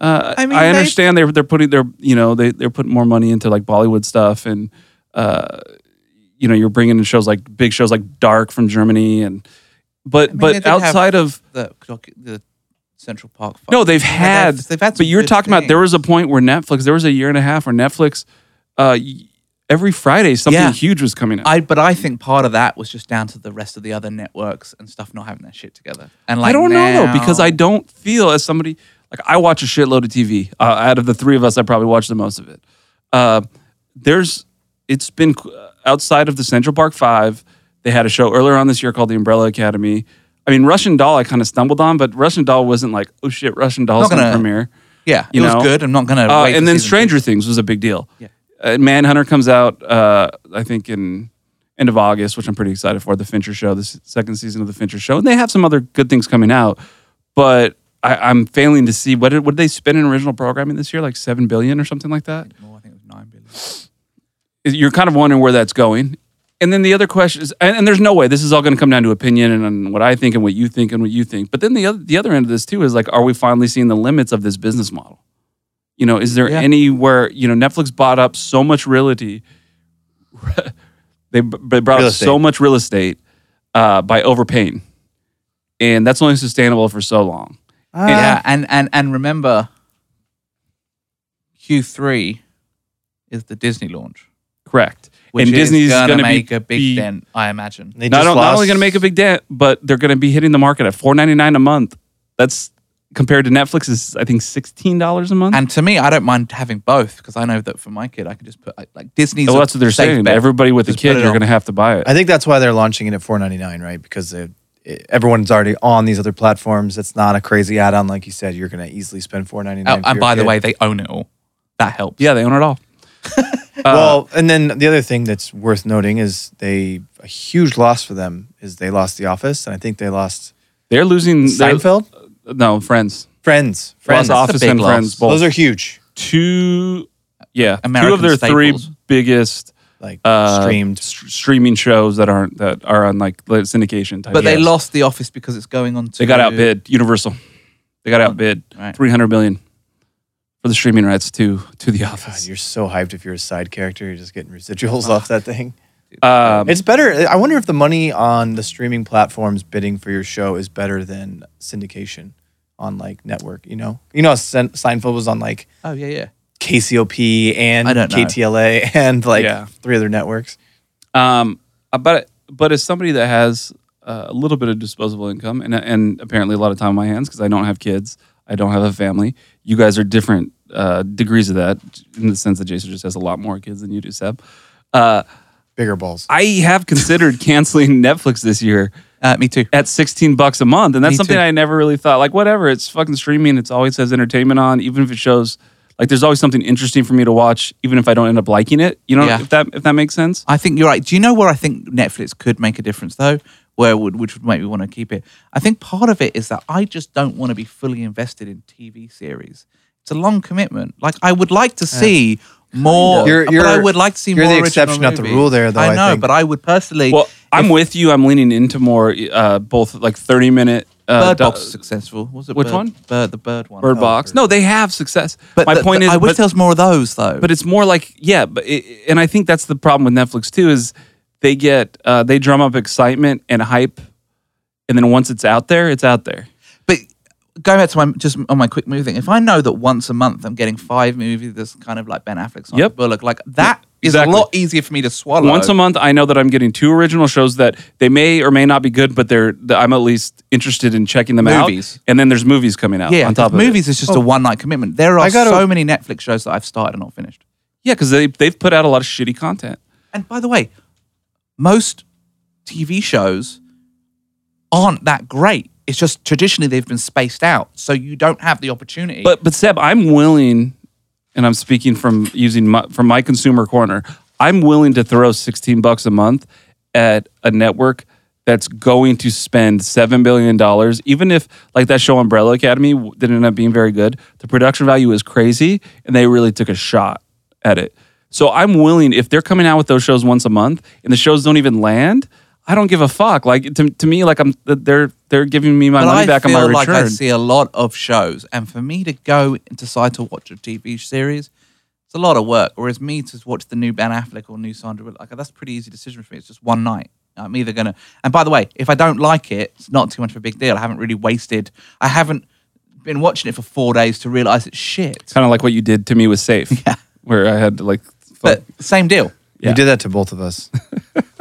Uh, I
I mean, they-
understand they're they're putting their you know they they're putting more money into like Bollywood stuff and uh, you know you're bringing in shows like big shows like Dark from Germany and but
mean, they
but
did have-
outside of
the doc- the Central Park
no
fight.
they've
They've
had
they've had
but
some
you're
good
talking about there
things.
was a point where Netflix, there was a year and a half where Netflix, uh, y- every Friday something
Yeah.
huge was coming out.
I but I think part of that was just down to the rest of the other networks and stuff not having their shit together and like
I don't know though because
now-
I don't feel as somebody like I watch a shitload of TV. Uh, out of the three of us, I probably watch the most of it. Uh, there's it's been qu- uh, outside of the Central Park Five. They had a show earlier on this year called The Umbrella Academy. I mean, Russian Doll, I kind of stumbled on, but Russian Doll wasn't like, oh shit, Russian Doll's
Not
going to
gonna-
premiere.
Yeah, it
you know?
was good. I'm not gonna.
Uh,
wait for
and then
season two.
Stranger Things was a big deal.
Yeah.
Uh, Manhunter comes out, uh, I think, in end of August, which I'm pretty excited for. The Fincher Show, the s- second season of the Fincher Show, and they have some other good things coming out. But I, I'm failing to see what did, what did they spend in original programming this year, like seven billion or something like that.
More, I think it was nine billion.
Uh, You're kind of wondering where that's going. And then the other question is, and, and there's no way this is all going to come down to opinion and, on what I think and what you think and what you think. But then the other the other end of this too is like, are we finally seeing the limits of this business model? You know, is there
Yeah.
anywhere you know Netflix bought up so much realty? they, b- they brought
Real
up so
estate.
much real estate uh, by overpaying, and that's only sustainable for so long.
Ah,
yeah, and and and remember, Q3 is the Disney launch,
Correct.
which
and Disney's
is gonna,
going to
make
be,
a big
be-
dent, I imagine.
They
not,
just
not
lost-
only going to make a big dent, but they're going to be hitting the market at four ninety nine a month. That's compared to Netflix is I think sixteen dollars a month.
And to me, I don't mind having both because I know that for my kid, I can just put like, like Disney's.
well,
a
that's what they're
safe
saying.
bet.
Everybody with a
Just
kid,
put it
you're
on.
going to have to buy it.
I think that's why they're launching it at four ninety nine, right? Because it, it- everyone's already on these other platforms. It's not a crazy add on, like you said. You're going to easily spend four ninety
Oh,
nine.
and by the way, they own it all. That helps.
yeah, they own it all. uh,
well, and then the other thing that's worth noting is they a huge loss for them is they lost The Office, and I think they lost
They're losing they're-
Seinfeld,
No, Friends.
Friends,
Friends,
Friends.
That's a
Office,
big
and
loss.
Friends. Both.
Those are huge,
two. Yeah, two of
American
their
staples.
three biggest
like
uh,
streamed.
s- streaming shows that aren't that are on like li- syndication. Type
but they
deals.
lost The Office because it's going on. To,
they got outbid Universal. They got outbid
Right.
three hundred million for the streaming rights to to The
God,
Office.
you're so hyped if you're a side character. You're just getting residuals off that thing.
Ah. Um,
It's better. I wonder if the money on the streaming platforms bidding for your show is better than syndication on like network. You know, you know, how Sen- Seinfeld was on like
Oh yeah, yeah.
KCOP and
I don't know.
KTLA and like
Yeah.
three other networks.
Um, but but as somebody that has uh, a little bit of disposable income and and apparently a lot of time on my hands because I don't have kids, I don't have a family. You guys are different uh, degrees of that in the sense that Jason just has a lot more kids than you do, Seb. Uh,
Bigger balls.
I have considered canceling Netflix this year
Uh, me too.
at 16 bucks a month. And that's
Me
something
too.
I never really thought. Like, whatever, it's fucking streaming. It's always has entertainment on, even if it shows. Like, there's always something interesting for me to watch, even if I don't end up liking it. You know,
Yeah.
if that if that makes sense.
I think you're right. Do you know where I think Netflix could make a difference though? Where would which would make me want to keep it? I think part of it is that I just don't want to be fully invested in TV series. It's a long commitment. Like I would like to see more.
You're-
but I
you're-
would like to see
you're
more.
the
original
exception, not the
movies.
rule there, though,
I
I
know,
think.
but I would personally. uh,
Well, I'm with you. I'm leaning into more uh, both like 30 minute uh,
Bird
doc-
Box was successful. Was it
Which
Bird-
one?
Bird, the Bird one. Oh.
Bird Box. No, they have success.
But
my
the-
point
the-
is,
I wish
but-
there was more of those though.
but it's more like yeah but it, and i think that's the problem with netflix too is they get uh, they drum up excitement and hype and then once it's out there it's out there
But going back to my just on my quick movie thing, if I know that once a month I'm getting five movies, that's kind of like Ben Affleck's on
Yep.
Bullock, like that
Yeah,
is
exactly.
a lot easier for me to swallow.
once a month i know that i'm getting two original shows that they may or may not be good but they're that i'm at least interested in checking them
Movies.
out and then there's movies coming out
yeah,
on top of it. Oh.
movies is just a one night commitment. There are
I gotta-
so many Netflix shows that I've started and not finished.
yeah because they, they've put out a lot of shitty content
And by the way, most TV shows aren't that great. It's just traditionally they've been spaced out, so you don't have the opportunity.
But but Seb, I'm willing, and I'm speaking from using my, from my consumer corner. I'm willing to throw 16 bucks a month at a network that's going to spend seven billion dollars, even if like that show Umbrella Academy w- didn't end up being very good. The production value is crazy, and they really took a shot at it. So I'm willing if they're coming out with those shows once a month, and the shows don't even land. I don't give a fuck. Like to, to me, like I'm they're they're giving me my
But
money
I
back on
feel
my return.
like I see a lot of shows, and for me to go and decide to watch a TV series, it's a lot of work. Whereas me to watch the new Ben Affleck or new Sandra, Bullock, like that's a pretty easy decision for me. It's just one night. I'm either gonna, and by the way, if I don't like it, it's not too much of a big deal. I haven't really wasted. I haven't been watching it for four days to realize it's shit.
kind of like what you did to me with safe where i had to like fuck-
But same deal.
Yeah.
You did that to both of us.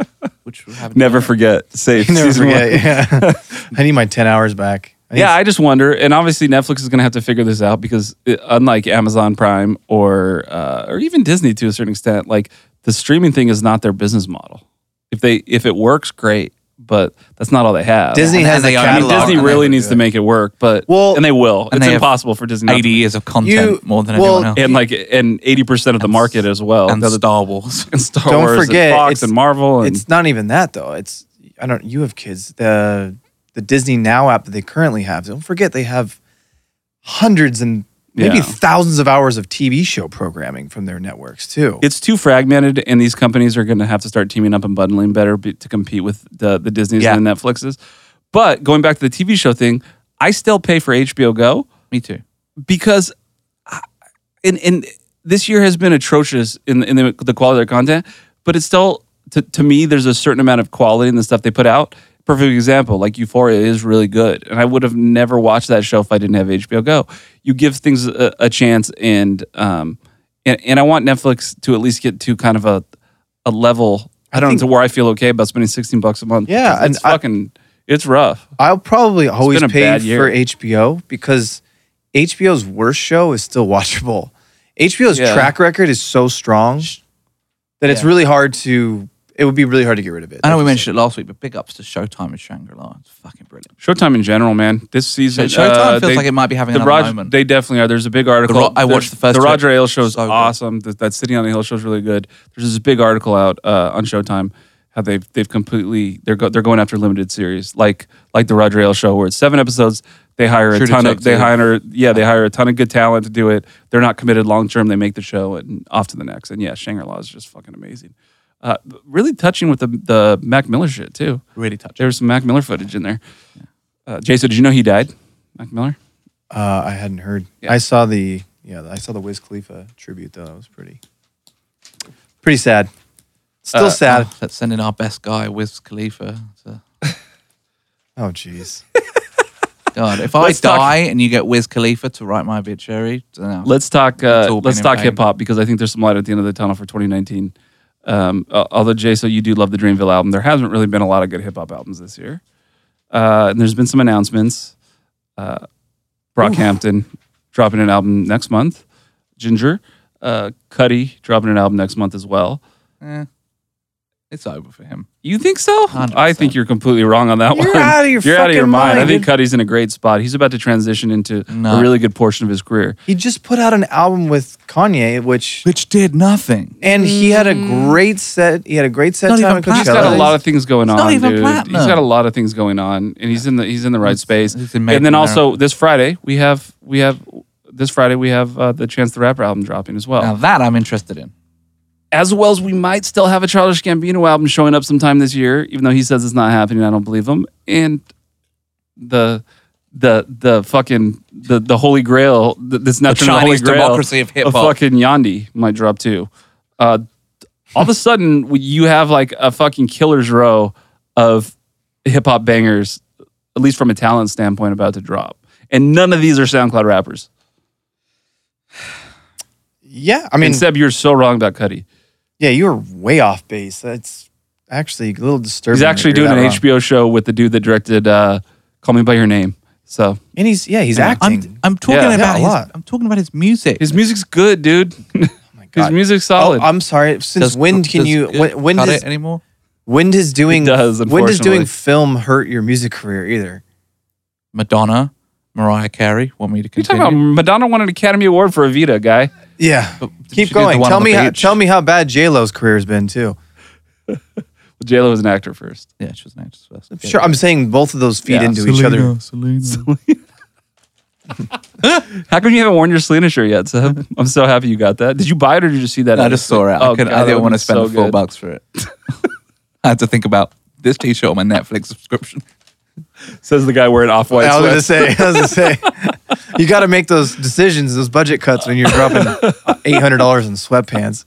Which we haven't
never forget safe
Never
season one.
forget. Yeah. I need my 10 hours back. I need-
yeah i just wonder and obviously netflix is going to have to figure this out because it, unlike amazon prime or uh, or even disney to a certain extent like the streaming thing is not their business model if they if it works great but that's not all they have
Disney
and
has
they
the
own-
I mean,
catalog.
Disney
and they
really
would
needs to make it work, but
Well-
and they will.
And
It's
they have
impossible for Disney. not to-
Eighty years of content more than
well,
anyone else,
and like and eighty percent of the market as well.
and Star Wars.
And Star
Don't
Wars
forget,
and Fox
it's-
and Marvel and
It's not even that though. It's I don't. You have kids. The the Disney Now app that they currently have. Don't forget they have hundreds and maybe
Yeah.
thousands of hours of TV show programming from their networks too.
it's too fragmented, and these companies are going to have to start teaming up and bundling better be, to compete with the the Disney's
Yeah.
and the Netflixes. But going back to the TV show thing, I still pay for HBO Go
me too.
because, I- and and this year has been atrocious in in the, the quality of their content. But it's still to to me, there's a certain amount of quality in the stuff they put out. Perfect example, like Euphoria is really good, and I would have never watched that show if I didn't have HBO Go. You give things a, a chance, and um, and and I want Netflix to at least get to kind of a a level. I don't
think-
know to where I feel okay about spending sixteen bucks a month.
Yeah,
Because it's
and I-
fucking it's rough.
I'll probably always
been a
pay
bad year.
for HBO because HBO's worst show is still watchable. HBO's
Yeah.
track record is so strong that it's
Yeah.
really hard to. It would be really hard to get rid of it.
I know we mentioned it last week, but big ups to Showtime and Shangri La. It's fucking brilliant.
Showtime in general, man. This season,
Showtime
uh,
feels
they-
like it might be having
the
another
Rog-
moment.
They definitely are. There's a big article.
The Ro- I
There's-
watched the first
The
two.
Roger Ale show is
So good.
awesome. That, that City on the Hill show is really good. There's this big article out uh, on Showtime how they've they've completely they're go, they're going after limited series like like the Roger Ale show where it's seven episodes. They hire
True
a ton of they
Detective.
hire yeah they hire a ton of good talent to do it. They're not committed long term. They make the show and off to the next. And yeah, Shangri La is just fucking amazing. Uh, really touching with the the Mac Miller shit too.
really touching.
There was some Mac Miller footage in there. Uh, Jason, did you know he died? Mac Miller.
Uh, I hadn't heard.
Yeah.
I saw the yeah, I saw the Wiz Khalifa tribute though. That was pretty, pretty sad. Still
Uh,
sad.
Let's send in our best guy, Wiz Khalifa. So,
Oh jeez.
God, if I
Let's talk-
die and you get Wiz Khalifa to write my obituary, no.
Let's talk.
It's
Uh,
all
let's
been in
talk
vain.
hip hop because I think there's some light at the end of the tunnel for 2019. Um, uh, although Jay, so you do love the Dreamville album. There hasn't really been a lot of good hip hop albums this year. Uh, and there's been some announcements. Uh, Brockhampton dropping an album next month. Ginger, uh, Cuddy dropping an album next month as well.
Eh. It's over for him.
You think so?
100%.
I think you're completely wrong on that
You're
one.
out of your
You're out of your
fucking
mind. I
mind,
think
dude.
Cuddy's in a great spot. He's about to transition into
No.
a really good portion of his career.
He just put out an album with Kanye, which
Which did nothing.
and he had
Mm.
a great set. He had a great set
Not
time
even
at
platinum.
He's got a
Coachella.
lot of things going
It's
on,
not even
dude.
platinum.
He's got a lot of things going on, and he's in the he's in the right
It's-
space.
it's
and
in Made
then
in
also this Friday we have we have this Friday we have uh, the Chance the Rapper album dropping as well,
Now that I'm interested in.
as well as we might still have a Childish Gambino album showing up sometime this year, even though he says it's not happening. I don't believe him. And the the the fucking the the Holy Grail th- that's not
The
the Holy
Chinese
Grail
democracy of hip-hop.
Fucking Yandi might drop too. Uh, all of a sudden, we- you have like a fucking killer's row of hip hop bangers, at least from a talent standpoint, about to drop. And none of these are SoundCloud rappers.
Yeah, I
I mean,
mean,
and Seb, you're so wrong about Cuddy.
yeah, you were way off base. That's actually a little disturbing.
He's
that
actually
you're
doing an
that wrong.
HBO show with the dude that directed uh, Call Me by Your Name. So
and he's yeah, he's acting.
I'm, I'm talking
Yeah. Yeah,
about
a
his,
lot.
I'm talking about his music.
his music's good, dude.
Oh my
his
God.
music's
Oh,
solid.
um,
I'm sorry. Since
Does-
when can
does
you?
it
When, when
cut
does
it anymore?
when does doing
It does,
when does doing
unfortunately.
film hurt your music career either?
Madonna, Mariah Carey. Want me to
you
continue?
talking about Madonna won an Academy Award for Evita, guy?
Yeah,
But she did
keep
the
going.
one
Tell
on the
me how,
beach.
tell me how bad J Lo's career has been too.
J Lo was an actor first.
Yeah, she was an actress first.
Sure, I'm saying both of those feed
Yeah.
into each other.
Selena.
How come you haven't worn your Selena shirt yet, Seb? I'm so happy you got that. Did you buy it or did you see that?
I just saw it. I,
Oh,
couldn't,
God,
I
that
didn't want to
would've
spend
been
the
so
four
good.
bucks for it. I had to think about this T-shirt on my Netflix subscription.
Says the guy wearing off white.
I was gonna say, I was gonna say, you got to make those decisions, those budget cuts when you're dropping eight hundred dollars in sweatpants.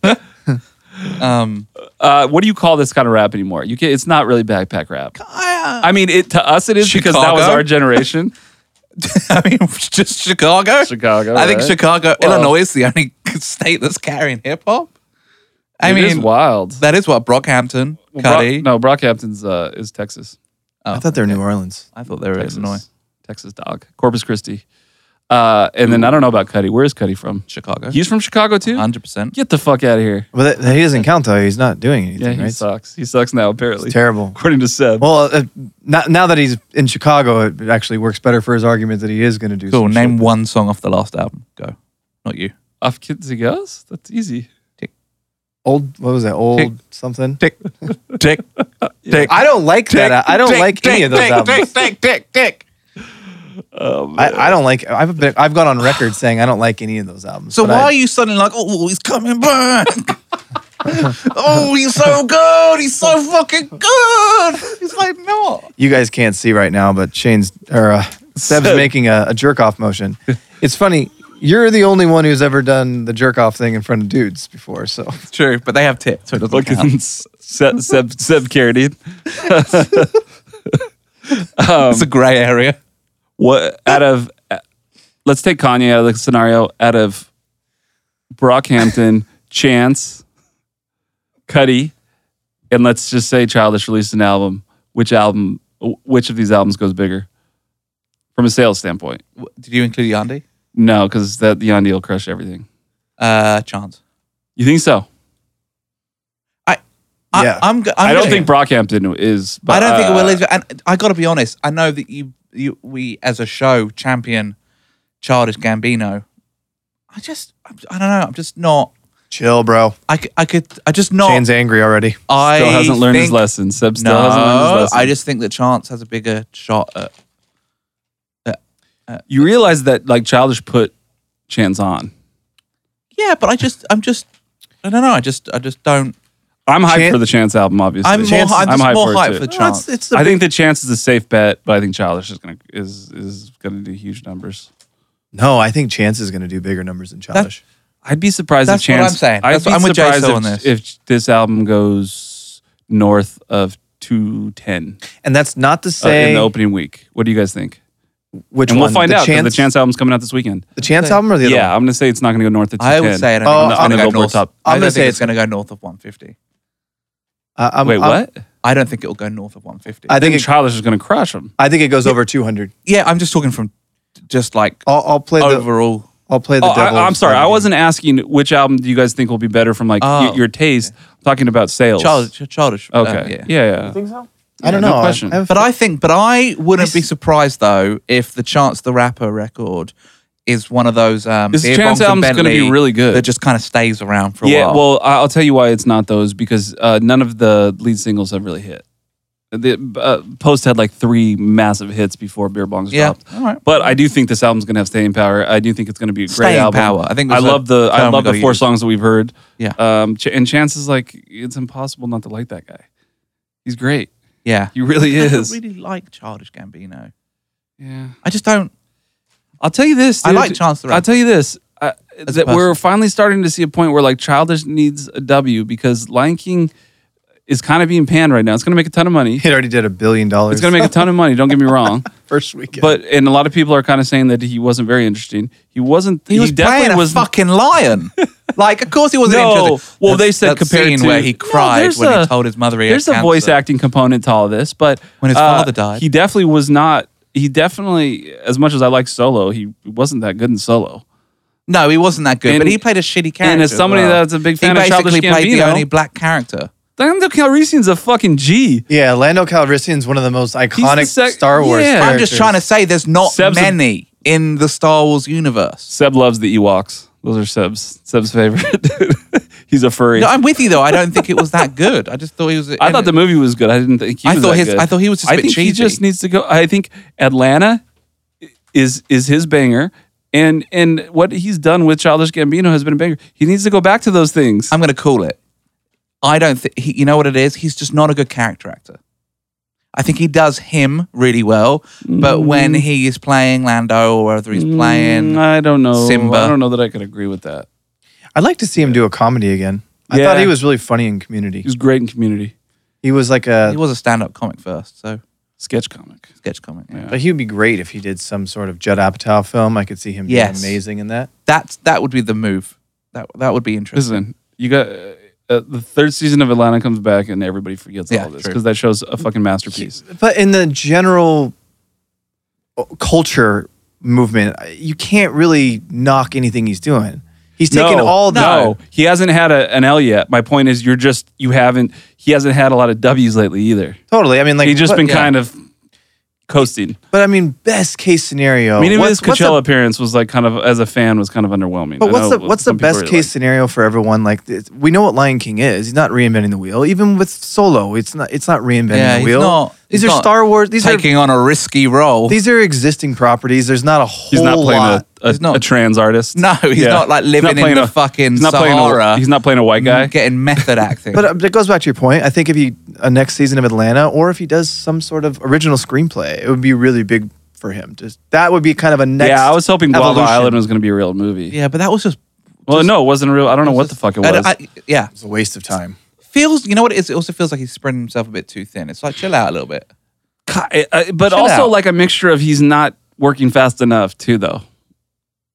Um,
Uh, what do you call this kind of rap anymore? You can, It's not really backpack rap. I mean, it to us it is because that was
Chicago?
our generation.
I mean, just Chicago.
Chicago,
I think
right?
Chicago,
Well-
Illinois is the only state that's carrying hip hop. I
It
mean,
is wild.
that is what Brockhampton,
Well, Brock-
Cuddy.
no, Brockhampton's uh, is Texas.
Oh,
I thought they were New Orleans.
I thought they were
Texas.
Illinois.
Texas dog. Corpus Christi. Uh, and then I don't know about Cuddy. Where is Cuddy from?
Chicago,
He's from Chicago too?
hundred percent.
Get the fuck out of here.
Well, that, he doesn't count though. He's not doing anything.
Yeah, he
right?
sucks. He sucks now, apparently.
It's terrible.
According to Seb.
Well, uh, now, now that he's in Chicago, it actually works better for his argument that he is going to do.
Cool.
some
Name
shit.
one song off the last album. Go, not you.
Off kids he goes? That's easy.
old. What was that? Old something.
Tick, tick, tick.
I don't like
tick,
that. I I don't
tick,
like any
tick,
of those
tick,
albums.
Tick, tick, tick, tick.
Um,
I, I don't like. I've been, I've gone on record saying I don't like any of those albums.
So
but
why
I-
are you suddenly like, oh, he's coming back? oh, he's so good. He's so fucking good. He's like, no.
you guys can't see right now, but Shane's or uh, Seb's making a, a jerk off motion. It's funny. You're the only one who's ever done the jerk off thing in front of dudes before. So
It's true, but they have tits, so it doesn't
fucking
count.
S- Seb, Seb, Seb Carradine.
It's a grey area.
What out of uh, let's take Kanye out of the scenario, out of Brockhampton, Chance, Cuddy, and let's just say Childish released an album. Which album wh- which of these albums goes bigger? From a sales standpoint.
W- Did you include Yandi?
No, because that the Yandi will crush everything.
Uh, chance.
You think so?
I,
Yeah.
I'm, g- I'm
I don't
gonna-
think Brockhampton is. But,
I don't think it
uh,
will. Either. And I got to be honest. I know that you, you, we as a show champion, childish Gambino. I just, I'm, I don't know. I'm just not.
chill, bro.
I, c- I could. I just not.
Shane's angry already.
I
uh, Still hasn't learned his
think-
lesson. Seb still
no,
hasn't learned his lesson.
I just think that Chance has a bigger shot at.
you realize that like Childish put Chance on.
Yeah, but I just, I'm just, I don't know. I just, I just don't.
I'm hyped
Chan-
for the Chance album, obviously.
I'm more,
Chance-
I'm,
I'm
just
hyped
more
for it
hyped
too.
for
No,
Chance.
it's
I think that Chance is a safe bet, but I think Childish is gonna is is gonna do huge numbers.
no. I think Chance is going to do bigger numbers than Childish.
I'd be surprised
That's
if
what
Chance.
I'm saying. That's
I'd be
what- I'm with Jay
surprised
Sol
if,
on this.
if this album goes north of 210
and that's not to
uh,
say
in the opening week. What do you guys think?
which
and we'll
one.
find
the
out because
Chance,
the Chance album's coming out this weekend.
the Chance album or the other
Yeah,
one?
I'm gonna say it's not gonna go north of 210.
I would say I don't
Oh,
think it's
I'm
going to
gonna
go
go
north.
top.
I
I'm
don't
gonna
think
say
it's
it's-
going to go north of 150.
I, I'm-
Wait,
I'm-
what?
I don't think it will go north of 150.
I
I think
think it,
Childish is gonna crush him.
I think it goes over 200.
yeah, I'm just talking from just like
I'll, I'll play Oh, the
overall.
I'll play the
Oh,
devil.
I, am sorry. I
advocate.
wasn't asking which album do you guys think will be better from like y-
Oh.
your taste. I'm talking about sales.
Child, ch- childish. uh,
Okay. yeah. yeah.
think so?
I don't
no
know. I-
question.
I have-
But I think, but I wouldn't
I
be
s-
surprised though if the Chance the Rapper record is one of those. Um,
This
beer
Chance
bongs and
album's gonna be
Bentley
really good.
That just kind of stays around for a
yeah,
while.
well, I- I'll tell you why it's not those because uh, none of the lead singles have really hit. The uh, Post had like three massive hits before Beer Bongs
yeah.
dropped.
All right.
But I do think this album's gonna have staying power. I do think it's gonna be a great
Staying
album.
power. I think
I
that's a
love the I
term
love
we
the
gotta
four
use.
songs that we've heard.
Yeah.
Um, Ch- and Chance is like it's impossible not to like that guy. He's great.
Yeah.
He really
I
is.
really like Childish Gambino.
Yeah.
I just don't.
I'll tell you this.
I
dude.
like Chance the
I'll
Rapper.
tell you this. I,
a
that we're finally starting to see a point where like childish needs a W because Lion King is kind of being panned right now. It's going to make a ton of money.
It already did a billion dollars.
It's going to make a ton of money. Don't get me wrong.
first weekend.
But and a lot of people are kind of saying that he wasn't very interesting. He wasn't.
he was
definitely
playing a
was
fucking lion. like, of course he wasn't
No.
interested.
Well,
That-
they said
that
compared
scene
to-
where he
No,
cried
there's
when
a-
he told his mother he had
There's a voice
cancer.
acting component to all this, but
When his
uh,
father died.
he definitely was not. He definitely, as much as I like solo, he wasn't that good in solo.
No, he wasn't that good,
And-
but he played a shitty character.
as somebody
well.
that's a big fan
he
of Childish
basically played the
Gambino-
only black character.
Lando Calrissian's a fucking G.
yeah, Lando Calrissian's one of the most iconic
sec-
Star Wars.
yeah.
I'm just
characters.
trying to say there's not
Seb's a-
many in the Star Wars universe.
Seb loves the Ewoks. Those are Seb's Seb's favorite. He's a furry.
No, I'm with you though. I don't think it was that good. I just thought he was.
I thought the movie was good. I didn't think he
I
was
thought
that
his-
good.
I thought he was just a
I
bit
think he
cheesy.
just needs to go. I think Atlanta is is his banger, and and what he's done with Childish Gambino has been a banger. He needs to go back to those things.
I'm going to call it. I don't think he. You know what it is? He's just not a good character actor. I think he does him really well, but
Mm-hmm.
when he is playing Lando or whether he's playing,
Mm, I don't know.
Simba.
I don't know that I could agree with that.
I'd like to see him do a comedy again. I
Yeah.
thought he was really funny in Community.
He was great in Community,
He was like
he
a,
was a stand-up comic first, so
sketch comic.
sketch comic. yeah.
but he would be great if he did some sort of Judd Apatow film. I could see him
Yes.
being amazing in that.
That's that would be the move. That that would be interesting.
Listen, you got. Uh, uh, the third season of Atlanta comes back and everybody forgets
Yeah,
all this
true.
because that show's a fucking masterpiece.
But in the general uh, culture movement, uh, you can't really knock anything he's doing. He's taking all the
no. He hasn't had a, an L yet. My point is, you're just you haven't. He hasn't had a lot of W's lately either.
totally. I mean, like
He's just
what-
been
yeah.
kind of coasting.
But I mean, best case scenario.
I mean, even
Oh, what's-
his
what's the
Coachella appearance was like kind of as a fan was kind of underwhelming. I
But what's
know
the what's the
some people
best
really
case
like-
scenario for everyone? Like this? we know what Lion King is. He's not reinventing the wheel. Even with Solo, it's not it's not reinventing
Yeah,
the
he's
wheel.
not-
these
he's
are
not
Star Wars. These are
Taking on a risky role.
these are existing properties. There's not a whole
He's not playing
lot.
a, a,
He's not-
a trans artist.
No, he's not, like, living in
playing
the fucking
he's not playing a-
Sahara.
he's not playing a white
Mm-hmm.
guy.
getting method acting.
but uh, but it goes back to your point. I think if he a next season of Atlanta, or if he does some sort of original screenplay, it would be really big for him. Just that would be kind of a next.
Yeah, I was hoping Guava
evolution.
Island was going to be a real movie.
yeah, but that was just.
well,
just-
no, it wasn't real. I don't know what the fuck it
I-
was.
I- yeah,
It's a waste of time.
feels. You know what it is? It also feels like he's spreading himself a bit too thin. It's like chill out a little bit.
Ca- I- I- but
Chill
also
out.
like a mixture of he's not working fast enough too, though.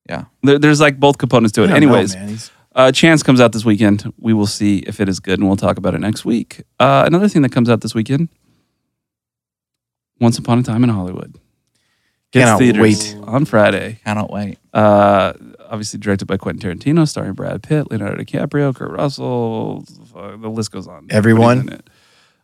Yeah.
There, there's like both components to
I
it.
don't know,
Anyways,
man. He's-
uh, Chance comes out this weekend. We will see if it is good, and we'll talk about it next week. Uh, another thing that comes out this weekend: Once Upon a Time in Hollywood. Hits
Cannot
theaters
wait.
on Friday.
Cannot wait.
Uh, obviously directed by Quentin Tarantino, starring Brad Pitt, Leonardo DiCaprio, Kurt Russell. uh, The list goes on.
Everyone.
Everybody's in it.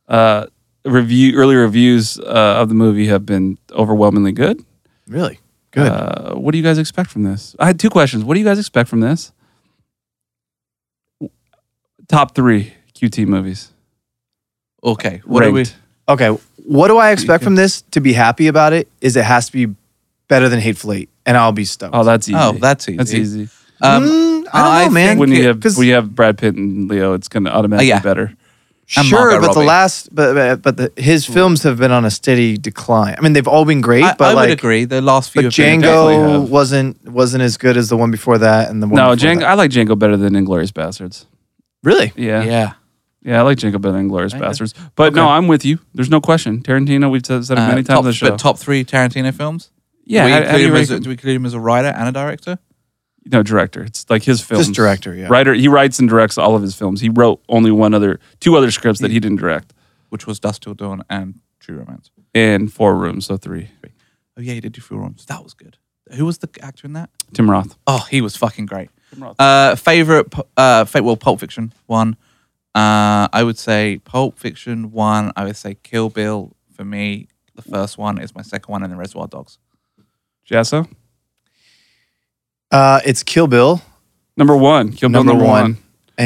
Uh, review early reviews uh, of the movie have been overwhelmingly good.
really good.
Uh, what do you guys expect from this? I had two questions. What do you guys expect from this? Top three QT movies.
Okay, what are we?
ranked.
Okay, what do I expect from this to be happy about it? Is it has to be better than Hateful Eight, and I'll be stoked.
Oh, that's easy.
Oh, that's easy.
that's easy.
Um,
Mm,
I
I don't know, man.
think
When you have
'Cause-
when you have Brad Pitt and Leo, it's going to automatically
Oh, yeah.
be better.
and
sure,
Margot
but the
Robbie.
last, but but, but the, his
Hmm.
films have been on a steady decline. I mean, they've all been great,
I,
but
I
like,
would agree. The last few.
but
have been-
definitely
Django
have.
wasn't wasn't as good as the one before that, and the one
No,
before
Django.
that.
I like Django better than Inglorious Bastards.
really.
Yeah. yeah,
Yeah.
I like Django better than Inglorious
Okay.
Bastards. But no, I'm with you. There's no question. Tarantino. We've said it
Uh,
many times
top,
on the show.
But top three Tarantino films.
yeah,
Do we,
how- how do
include
you
him as
rank
a,
him?
do we include him as a writer and a director?
no director. It's like his films.
Just director, yeah.
Writer. He writes and directs all of his films. He wrote only one other, two other scripts that he didn't direct,
Which was Dust Till Dawn and True Romance.
and Four Rooms, so three.
Oh yeah, he did do Full Rooms. That was good. Who was the actor in that?
Tim Roth.
Oh, he was fucking great.
Tim Roth.
Uh, favorite, pu- uh, fa- well, Pulp Fiction one. Uh, I would say Pulp Fiction one. I would say Kill Bill for me. The first one is my second one, and then Reservoir Dogs.
Jasso?
Uh, it's Kill Bill.
Number one. Kill Bill
Number
number,
one.
one.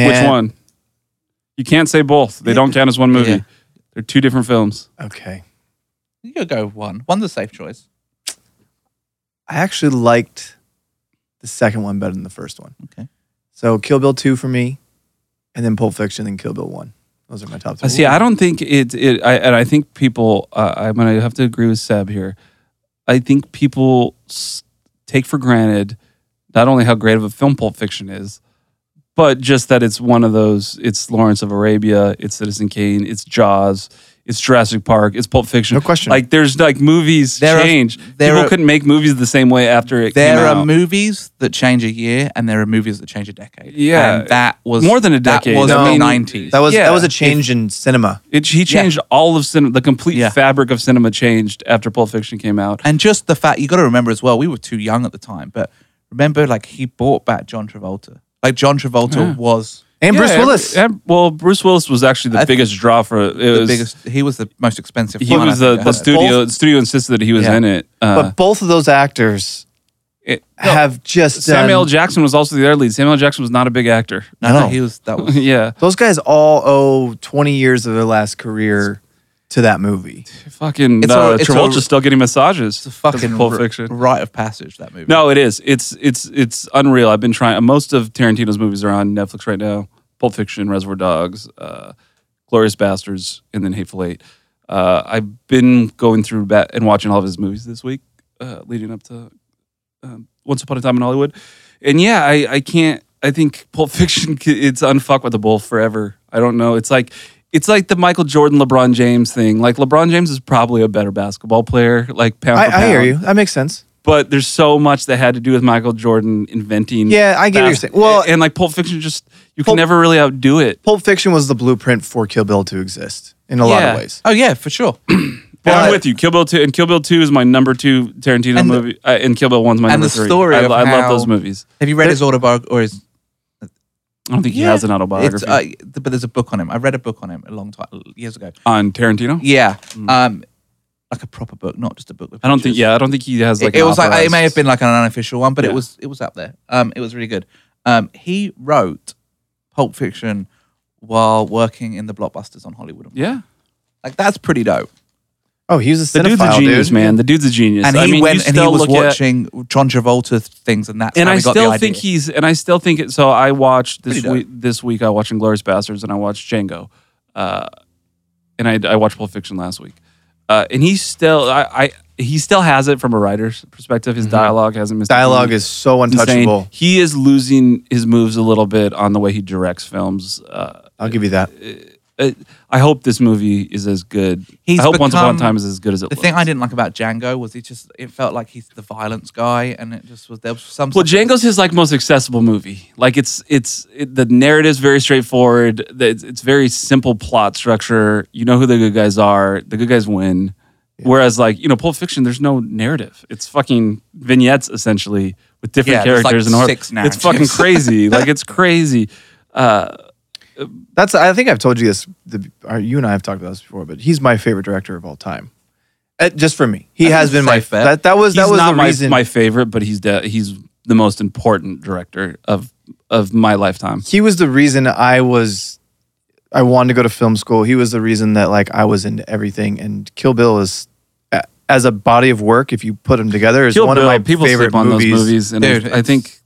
Which
and-
one? You can't say both. They don't count as one movie.
Yeah.
They're two different films.
Okay.
You could go one. One's a safe choice.
I actually liked the second one better than the first one.
Okay.
So Kill Bill 2 for me, and then Pulp Fiction and Kill Bill 1. Those are my top
Uh,
three.
See, I don't think it. it I, and I think people. Uh, I'm gonna have to agree with Seb here. I think people s- take for granted not only how great of a film Pulp Fiction is, but just that it's one of those. It's Lawrence of Arabia. It's Citizen Kane. It's Jaws. It's Jurassic Park. It's Pulp Fiction.
No question.
Like there's like movies
There are-
change.
there
people
are-
couldn't make movies the same way after it
There
came
are
out.
movies that change a year, and there are movies that change a decade.
Yeah.
and that was
More than a
That
decade.
was
No.
the nineties.
that was
yeah,
that was a change in cinema.
It, he changed all of cinema. The complete
Yeah.
fabric of cinema changed after Pulp Fiction came out.
And just the fact you got to remember as well, we were too young at the time, but remember, like he brought back John Travolta. Like John Travolta was
And Bruce
Yeah,
Willis.
and- and- well, Bruce Willis was actually the
I think
biggest draw for it.
the
was,
biggest. He was the most expensive.
He
one,
was
I
the,
think, I
the
heard.
studio. The studio insisted that he was
Yeah.
in it.
but
Uh,
both of those actors
it-
have just done,
Samuel L. Jackson was also the other lead. Samuel L. Jackson was not a big actor.
No, no,
No.
he was. That was.
yeah,
Those guys all owe 20 years of their last career to that movie.
fucking
It's
uh,
a- it's a-
Travolta's still getting massages.
It's a fucking
Pulp
r-
Fiction.
rite of passage. That movie.
No, it is. It's it's it's unreal. I've been trying. Most of Tarantino's movies are on Netflix right now. Pulp Fiction, Reservoir Dogs, uh, Glorious Bastards, and then Hateful Eight. Uh, I've been going through ba- and watching all of his movies this week, uh, leading up to um, Once Upon a Time in Hollywood. And yeah, I I can't. I think Pulp Fiction. c- It's unfuckwithable forever. I don't know. It's like. It's like the Michael Jordan, LeBron James thing. Like LeBron James is probably a better basketball player. Like pound for
I, I hear
pound
you. That makes sense.
but there's so much that had to do with Michael Jordan inventing.
Yeah, I get what you're saying. Well-
and, like Pulp Fiction, just you
Pulp-
can never really outdo it.
Pulp Fiction was the blueprint for Kill Bill to exist in a lot
Yeah.
of ways.
Oh yeah, for sure.
And
But-
I'm with you. Kill Bill two and Kill Bill two is my number two Tarantino
And the-
movie, uh, and Kill Bill one's my
and
number
the
three.
story
I,
of
I love
how-
those movies.
Have you read his autobiography or his?
I don't think he
Yeah.
has an
It's,
autobiography
uh, th- but there's a book on him. I read a book on him a long time years ago.
on Tarantino.
Yeah, um, like a proper book, not just a book. With
Mm. I don't think.
pictures.
Yeah, I don't think he has like.
it, it
an
was like it may have
authorized-
been like an unofficial one, but it
Yeah.
was it was up there. Um, it was really good. Um, he wrote Pulp Fiction while working in the blockbusters on Hollywood.
Yeah,
Like that's pretty dope.
Oh, he was a
the
cinephile,
dude's a genius,
dude.
man. The dude's a genius.
And he
I mean, you
went and he
still
was
look at-
watching John Travolta things, and that's
and
how
I
he got the
still
idea.
think he's and I still think it. So I watched this
Pretty dope.
week. This week I watched Glorious Bastards and I watched Django, uh, and I, I watched Pulp Fiction last week. Uh, and he still I, I he still has it from a writer's perspective.
Mm-hmm.
His dialogue hasn't missed. a
Dialogue
beat.
is so
It's insane.
untouchable.
He is losing his moves a little bit on the way he directs films. Uh,
I'll give you that.
it, I hope this movie is as good.
He's
I hope Once Upon
become-
a Time is as good as it
The
looks.
thing I didn't like about Django was he just it felt like he's the violence guy, and it just was there was some.
Well, Django's his like most accessible movie. Like it's it's it, the narrative's very straightforward. The- It's, it's very simple plot structure. You know who the good guys are. The good guys win. Whereas like you know Pulp Fiction, there's no narrative. It's fucking vignettes essentially with different
Yeah, there's, like,
characters and order.
six
It's fucking
narratives.
crazy. like it's crazy.
That's. I think I've told you this. The, or you and I have talked about this before, but he's my favorite director of all time. Uh, just for me, he
That's
has
a
been my.
safe bet.
That, that was
He's
that was
not
the
my,
reason
my favorite, but he's de- he's the most important director of of my lifetime.
he was the reason I was. I wanted to go to film school. He was the reason that like I was into everything. And Kill Bill is, a- as a body of work, if you put them together, is
Kill
one
Bill,
of my
people
favorite
sleep on
movies.
those movies, and I-
Dude,
I, think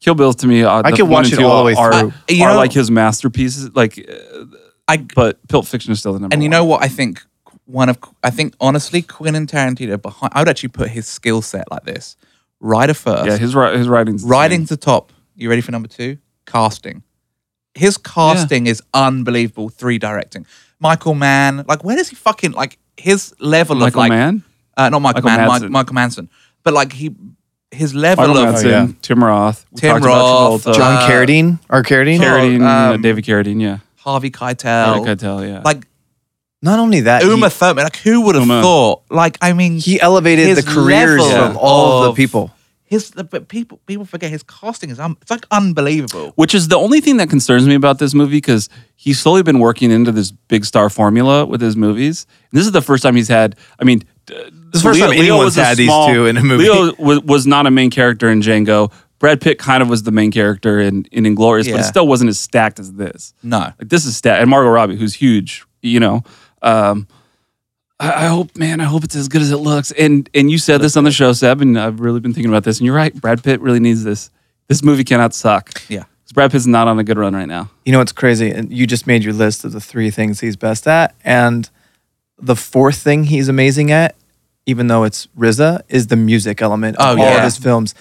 Kill Bill's to me. Uh,
I
the
could
one
watch
and
it
two
all the way
are,
through.
I- you
are
know-
like his masterpieces. Like, uh,
I
but Pulp Fiction is still the number.
And you
one.
know what? I think one of I think honestly, Quentin Tarantino behind. I would actually put his skill set like this: writer first,
yeah, his ri- his writing's
writing's the top. You ready for number two? Casting. His casting is unbelievable. Three directing. Michael Mann, like where does he fucking like his level
Michael
of like
Mann,
uh, not Michael,
Michael
Mann, Mi-
Madsen.
Michael Manson, but like he his level
Michael
of
Madsen,
yeah.
Tim Roth, We
Tim
talked about
Roth,
Travolta,
John
Uh,
Carradine or Carradine.
Carradine, uh,
um,
David Carradine, yeah,
Harvey
Eric
Keitel,
Keitel, yeah.
like
Not only that,
Uma
he,
Thurman. Like who would have
Uma.
thought? Like I mean,
he elevated
his
the careers
level
of all of the
of-
people.
His the, but people people forget his casting is un, it's like unbelievable.
Which is the only thing that concerns me about this movie because he's slowly been working into this big star formula with his movies. this is the first time he's had. I mean, this
is the first time anyone's had these two in a movie.
Leo was, was not a main character in Django. Brad Pitt kind of was the main character in, in Inglorious, but
Yeah.
it still wasn't as stacked as this.
No,
Like this is stat, and Margot Robbie, who's huge, you know. Um, I, I hope, man, I hope it's as good as it looks. And and you said this on the show, Seb, and I've really been thinking about this. And you're right, Brad Pitt really needs this. This movie cannot suck.
yeah,
'Cause Brad Pitt's not on a good run right now.
You know what's crazy? And you just made your list of the three things he's best at, and the fourth thing he's amazing at, even though it's RZA, is the music element of
Oh,
all of
yeah.
his films.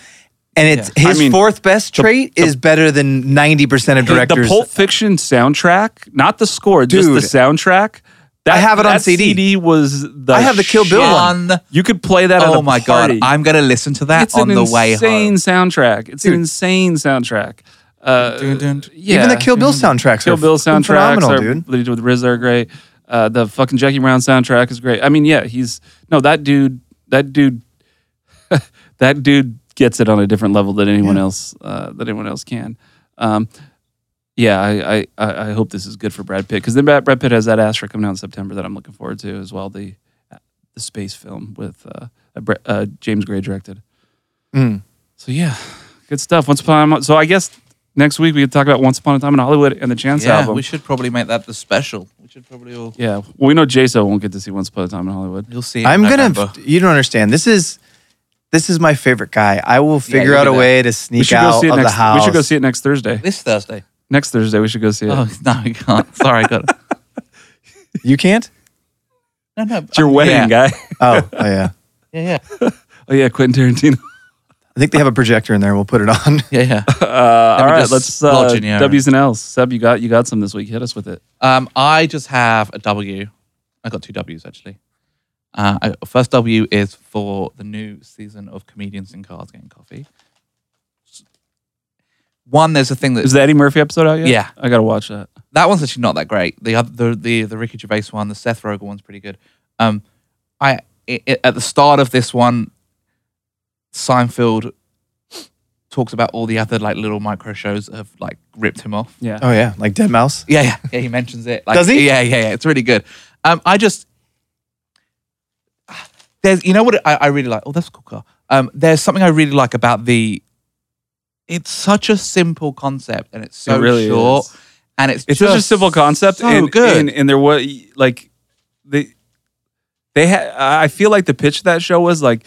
And it's his
I mean,
fourth best trait is better than ninety percent of
The-
directors.
The Pulp Fiction soundtrack, not the score, just the
Dude.
soundtrack. That,
I have it on
that
CD.
was the
I have the Kill Bill
shit.
one.
You could play that. at
Oh
a
my
party.
god, I'm gonna listen to that
it's
on
an
the way
insane
home.
soundtrack. It's an insane soundtrack. Uh,
Dun, dun, dun.
yeah. Mm-hmm.
Even the Kill Bill soundtracks
Kill
are
Bill
fucking
soundtracks
phenomenal,
are,
dude.
They did with RZA are great. Uh, the fucking Jackie Brown soundtrack is great. I mean, yeah, he's no that dude. That dude. that dude gets it on a different level than anyone else. Uh, that anyone else can. Um, yeah, I, I I I hope this is good for Brad Pitt because then Brad, Brad Pitt has that Astra coming out in September that I'm looking forward to as well. The the space film with uh, uh, Bre- uh, James Gray directed.
Mm.
So yeah, good stuff. Once upon a, so I guess next week we could talk about Once Upon a Time in Hollywood and the Chance
Yeah,
album.
we should probably make that the special. We should probably all
yeah, well, we know Jaso won't get to see Once Upon a Time in Hollywood.
you'll see. it in
I'm gonna.
November.
You don't understand. This is this is my favorite guy. I will figure
look
out
at
a
that.
way to
We
sneak
should go
out
see it
of the
next.
house.
We should go see it next Thursday.
this Thursday.
Next Thursday we should go see it.
Oh no, I can't. Sorry, I got it.
You can't.
No, no.
It's your wedding,
yeah.
guy.
Oh, oh yeah.
Yeah, yeah,
oh yeah, Quentin Tarantino.
I think they have a projector in there. We'll put it on.
yeah, yeah.
Uh, all
me
right,
just
let's
lodge
uh,
in here.
W's and L's. Seb, you got you got some this week. Hit us with it.
Um, I just have a W. I got two W's actually. Uh, I- first W is for the new season of Comedians in Cars Getting Coffee. One, there's a thing that
Is the Eddie Murphy episode out yet?
Yeah.
I gotta watch that.
that one's actually not that great. The other, the the, the Ricky Gervais one, the Seth Rogen one's pretty good. Um, I i i- at the start of this one, Seinfeld talks about all the other like little micro shows that have like ripped him off.
Yeah.
Oh yeah, like Dead Mouse.
Yeah, yeah, yeah. He mentions it. Like,
Does he?
Yeah, yeah, yeah. It's really good. Um, I just there's you know what I, I really like. Oh, that's a cool car. Um, there's something I really like about the. It's such a simple concept, and it's so
It really
short,
is.
and it's
It's
just
such a simple concept.
So
and,
good.
And, and there was like they they had. I feel like the pitch of that show was like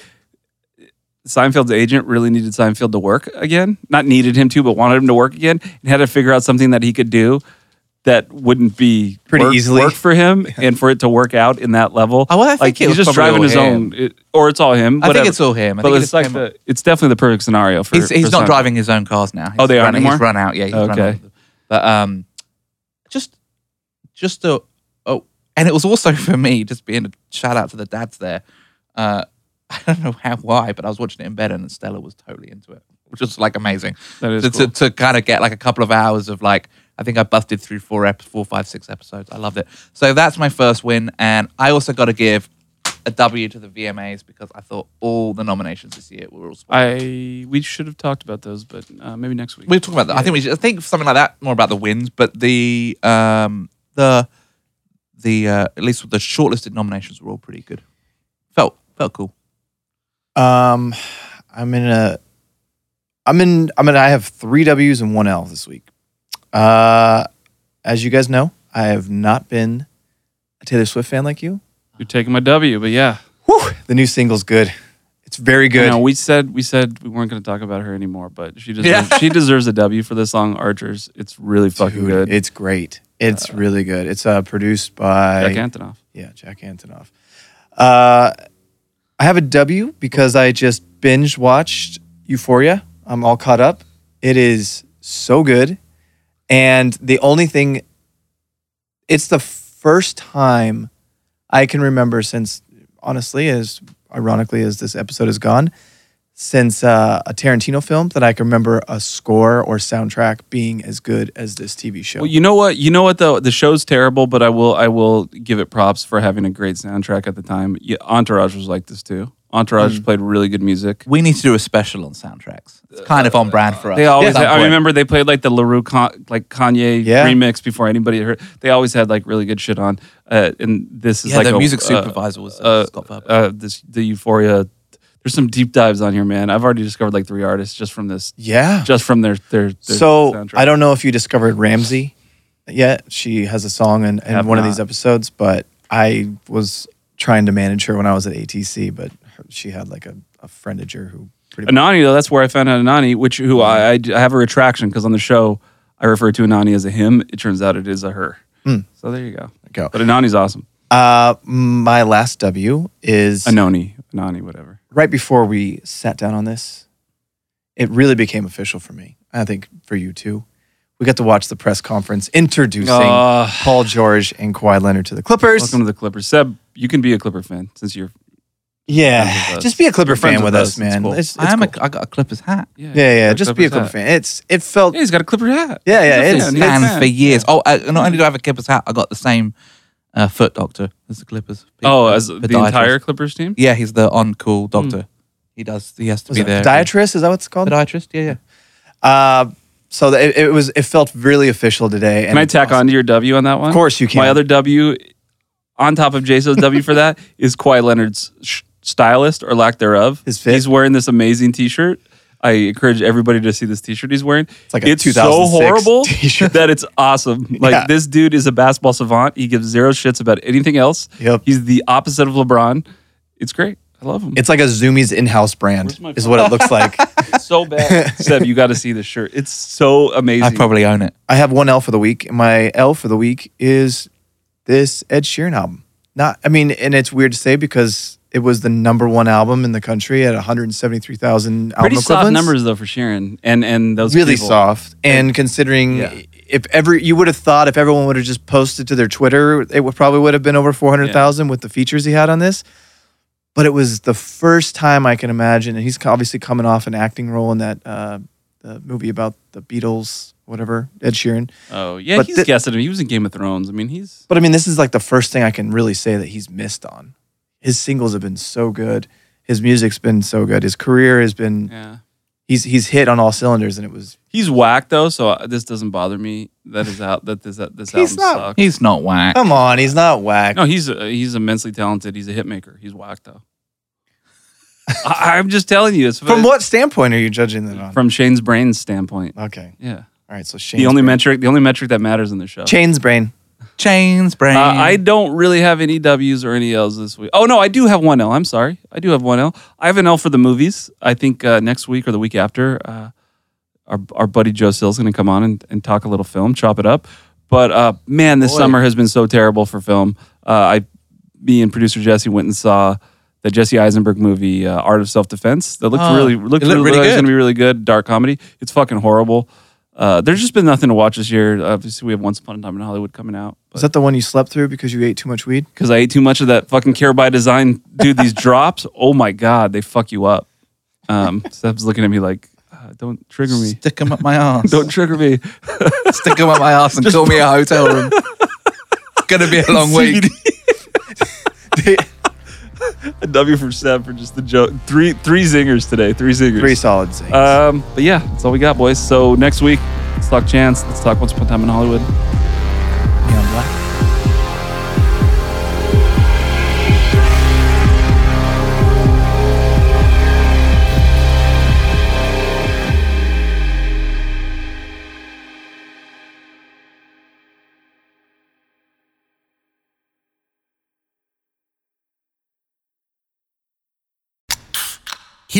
Seinfeld's agent really needed Seinfeld to work again. Not needed him to, but wanted him to work again, and had to figure out something that he could do that wouldn't be
Pretty
work,
easily.
work for him, and for it to work out in that level.
Oh, well, I think
like
it
he's
was
just driving
probably
his
all
own, it- or it's all him.
I
whatever.
think it's all him. I
But
think
it's
it just
like
came up-
the, it's definitely the perfect scenario for.
he's, he's
for
not
Seinfeld.
driving his own cars now.
Oh,
He's
they aren't
run,
anymore?
He's run out. Yeah, he's run
Okay.
out. But um, just just a oh, and it was also for me just being a shout out to the dads there. Uh, I don't know how why, but I was watching it in bed and Stella was totally into it, which was like amazing.
That is
to,
cool.
to, to kind of get like a couple of hours of like I think I busted through four ep- four five six episodes. I loved it. So that's my first win, and I also got to give. A W to the VMAs because I thought all the nominations this year were all spot
I we should have talked about those, but uh, maybe next week.
we talk about that. I think we should I think something like that more about the wins, but the um the the uh, at least the shortlisted nominations were all pretty good. Felt felt cool.
Um, I'm in a. I'm in. I'm in. I have three W's and one L this week. Uh, as you guys know, I have not been a Taylor Swift fan like you.
You're taking my W, but yeah.
Whew, the new single's good. It's very
You
good.
know, we said we said we weren't going to talk about her anymore, but she deserves
Yeah.
she deserves a W for the song Archers. It's really fucking
Dude,
good.
It's great. It's really good. It's uh, produced by
Jack Antonoff.
Yeah, Jack Antonoff. Uh, I have a W because I just binge watched Euphoria. I'm all caught up. It is so good. And the only thing, it's the first time I can remember since, honestly, as ironically as this episode has gone, since uh, a Tarantino film that I can remember a score or soundtrack being as good as this TV show.
Well, you know what? You know what though? The show's terrible, but I will I will give it props for having a great soundtrack at the time. Yeah, Entourage was like this too. Entourage
Mm.
played really good music.
We need to do a special on soundtracks. It's kind of on brand for us.
They always.
At some
I
point.
remember they played like the Larue Con- like Kanye
Yeah.
remix before anybody heard. They always had like really good shit on. Uh, and this is
Yeah,
like
the
a,
music
uh,
supervisor was uh,
uh,
Scott Burp.
uh, this the Euphoria. There's some deep dives on here, man. I've already discovered like three artists just from this,
Yeah.
just from their their. their
so
soundtrack.
I don't know if you discovered Ramsey yet. She has a song in, in
have
one of
not.
these episodes, but I was trying to manage her when I was at ATC, but her, she had like a, a friendager who pretty much.
Anani though. That's where I found out Anani, which who I I, I have a retraction because on the show I refer to Anani as a him. It turns out it is a her. So there you go.
Hmm. Go.
But Anani's awesome.
Uh, my last W is
Anoni, Anani, whatever.
right before we sat down on this. It really became official for me. I think for you too. We got to watch the press conference introducing
Ah.
Paul George and Kawhi Leonard to the Clippers.
Welcome to the Clippers, Seb. You can be a Clipper fan since you're. friends with
Yeah,
us.
just be a Clipper
You're friends
fan with
with us.
us,
It's
man.
cool.
It's- it's
I am
cool.
a, I got a Clipper's hat.
yeah, yeah.
you're
Just be a Clipper
Clippers
fan. It's it felt
Yeah, he's got a Clipper hat.
Yeah,
He's
yeah, it
a
is.
fan. He's a
Fan
fan.
for years. Oh, I, not only do I have a Clippers hat, I got the same uh, foot doctor as the Clippers.
Oh, as the
Podiatrist.
entire Clippers team.
Yeah, he's the on call doctor. He does. He has to
Hmm. was
be there.
it podiatrist. Is that what it's called?
Podiatrist. Yeah, yeah.
Uh, so that it, it was. It felt really official today.
Can I tack on to your W on that one? Of
course you can.
My other W, on top of Jaso's W for that, is Kawhi Leonard's sh- stylist or lack thereof.
His fit.
He's wearing this amazing T-shirt. I encourage everybody to see this T-shirt he's wearing. It's
like a
so
2006
horrible
t-shirt.
that it's awesome. Like
Yeah.
this dude is a basketball savant. He gives zero shits about anything else.
Yep.
He's the opposite of LeBron. It's great. I love him.
It's like a Zoomies in-house brand,
my
is what it looks like.
so bad. Seb, you got to see this shirt. It's so amazing.
I probably own it.
I have one L for the week. My L for the week is this Ed Sheeran album. Not, I mean, and it's weird to say because it was the number one album in the country at 173,000 album
Pretty soft
equivalents.
numbers though for Sharon and and those
really
people.
soft. And considering
Yeah.
if every you would have thought if everyone would have just posted to their Twitter, it would probably would have been over four hundred thousand with the features he had on this. But it was the first time I can imagine, and he's co- obviously coming off an acting role in that uh, the movie about the Beatles, whatever Ed Sheeran.
Oh yeah,
But
he's
thi-
guessing him. He was in Game of Thrones. I mean, he's
But I mean, this is like the first thing I can really say that he's missed on. His singles have been so good. His music's been so good. His career has been
yeah,
he's he's hit on all cylinders, and it was
he's whack though. So uh, this doesn't bother me. That is out. That this that this
He's
album
not-
sucks.
He's not whack.
come on, he's not whack.
no, he's uh, he's immensely talented. He's a hit maker. He's whack though. I, I'm just telling you. It's
From what standpoint are you judging that on?
From Shane's brain's standpoint.
okay.
Yeah.
All right. So Shane's
The only
brain.
metric. The only metric that matters in the show.
Chain's brain.
Chains, brain.
Uh, I don't really have any W's or any L's this week. Oh no, I do have one L. I'm sorry, I do have one L. I have an L for the movies. I think uh, next week or the week after, uh, our our buddy Joe Sill's going to come on and, and talk a little film, chop it up. But uh, man, this summer has been so terrible for film. Uh, I, me and producer Jesse went and saw the Jesse Eisenberg movie, uh, Art of Self Defense. That looked
Oh,
really looked,
it looked
really, like
really
It's
good.
going to be really good. Dark comedy. It's fucking horrible. Uh, there's just been nothing to watch this year. Obviously, we have Once Upon a Time in Hollywood coming out. but-
Is that the one you slept through because you ate too much weed?
because I ate too much of that fucking Care by Design. Dude, these drops, oh my god, they fuck you up. Um, Seb's looking at me like, uh, "Don't trigger me,
Stick him up my ass.
don't trigger me."
stick him up my ass and call me a hotel room. Gonna be a long week.
A W from Seb for just the joke. Three, three zingers today. Three zingers.
Three solid zings.
Um, but yeah, that's all we got, boys. So next week, let's talk Chance. Let's talk Once Upon a Time in Hollywood.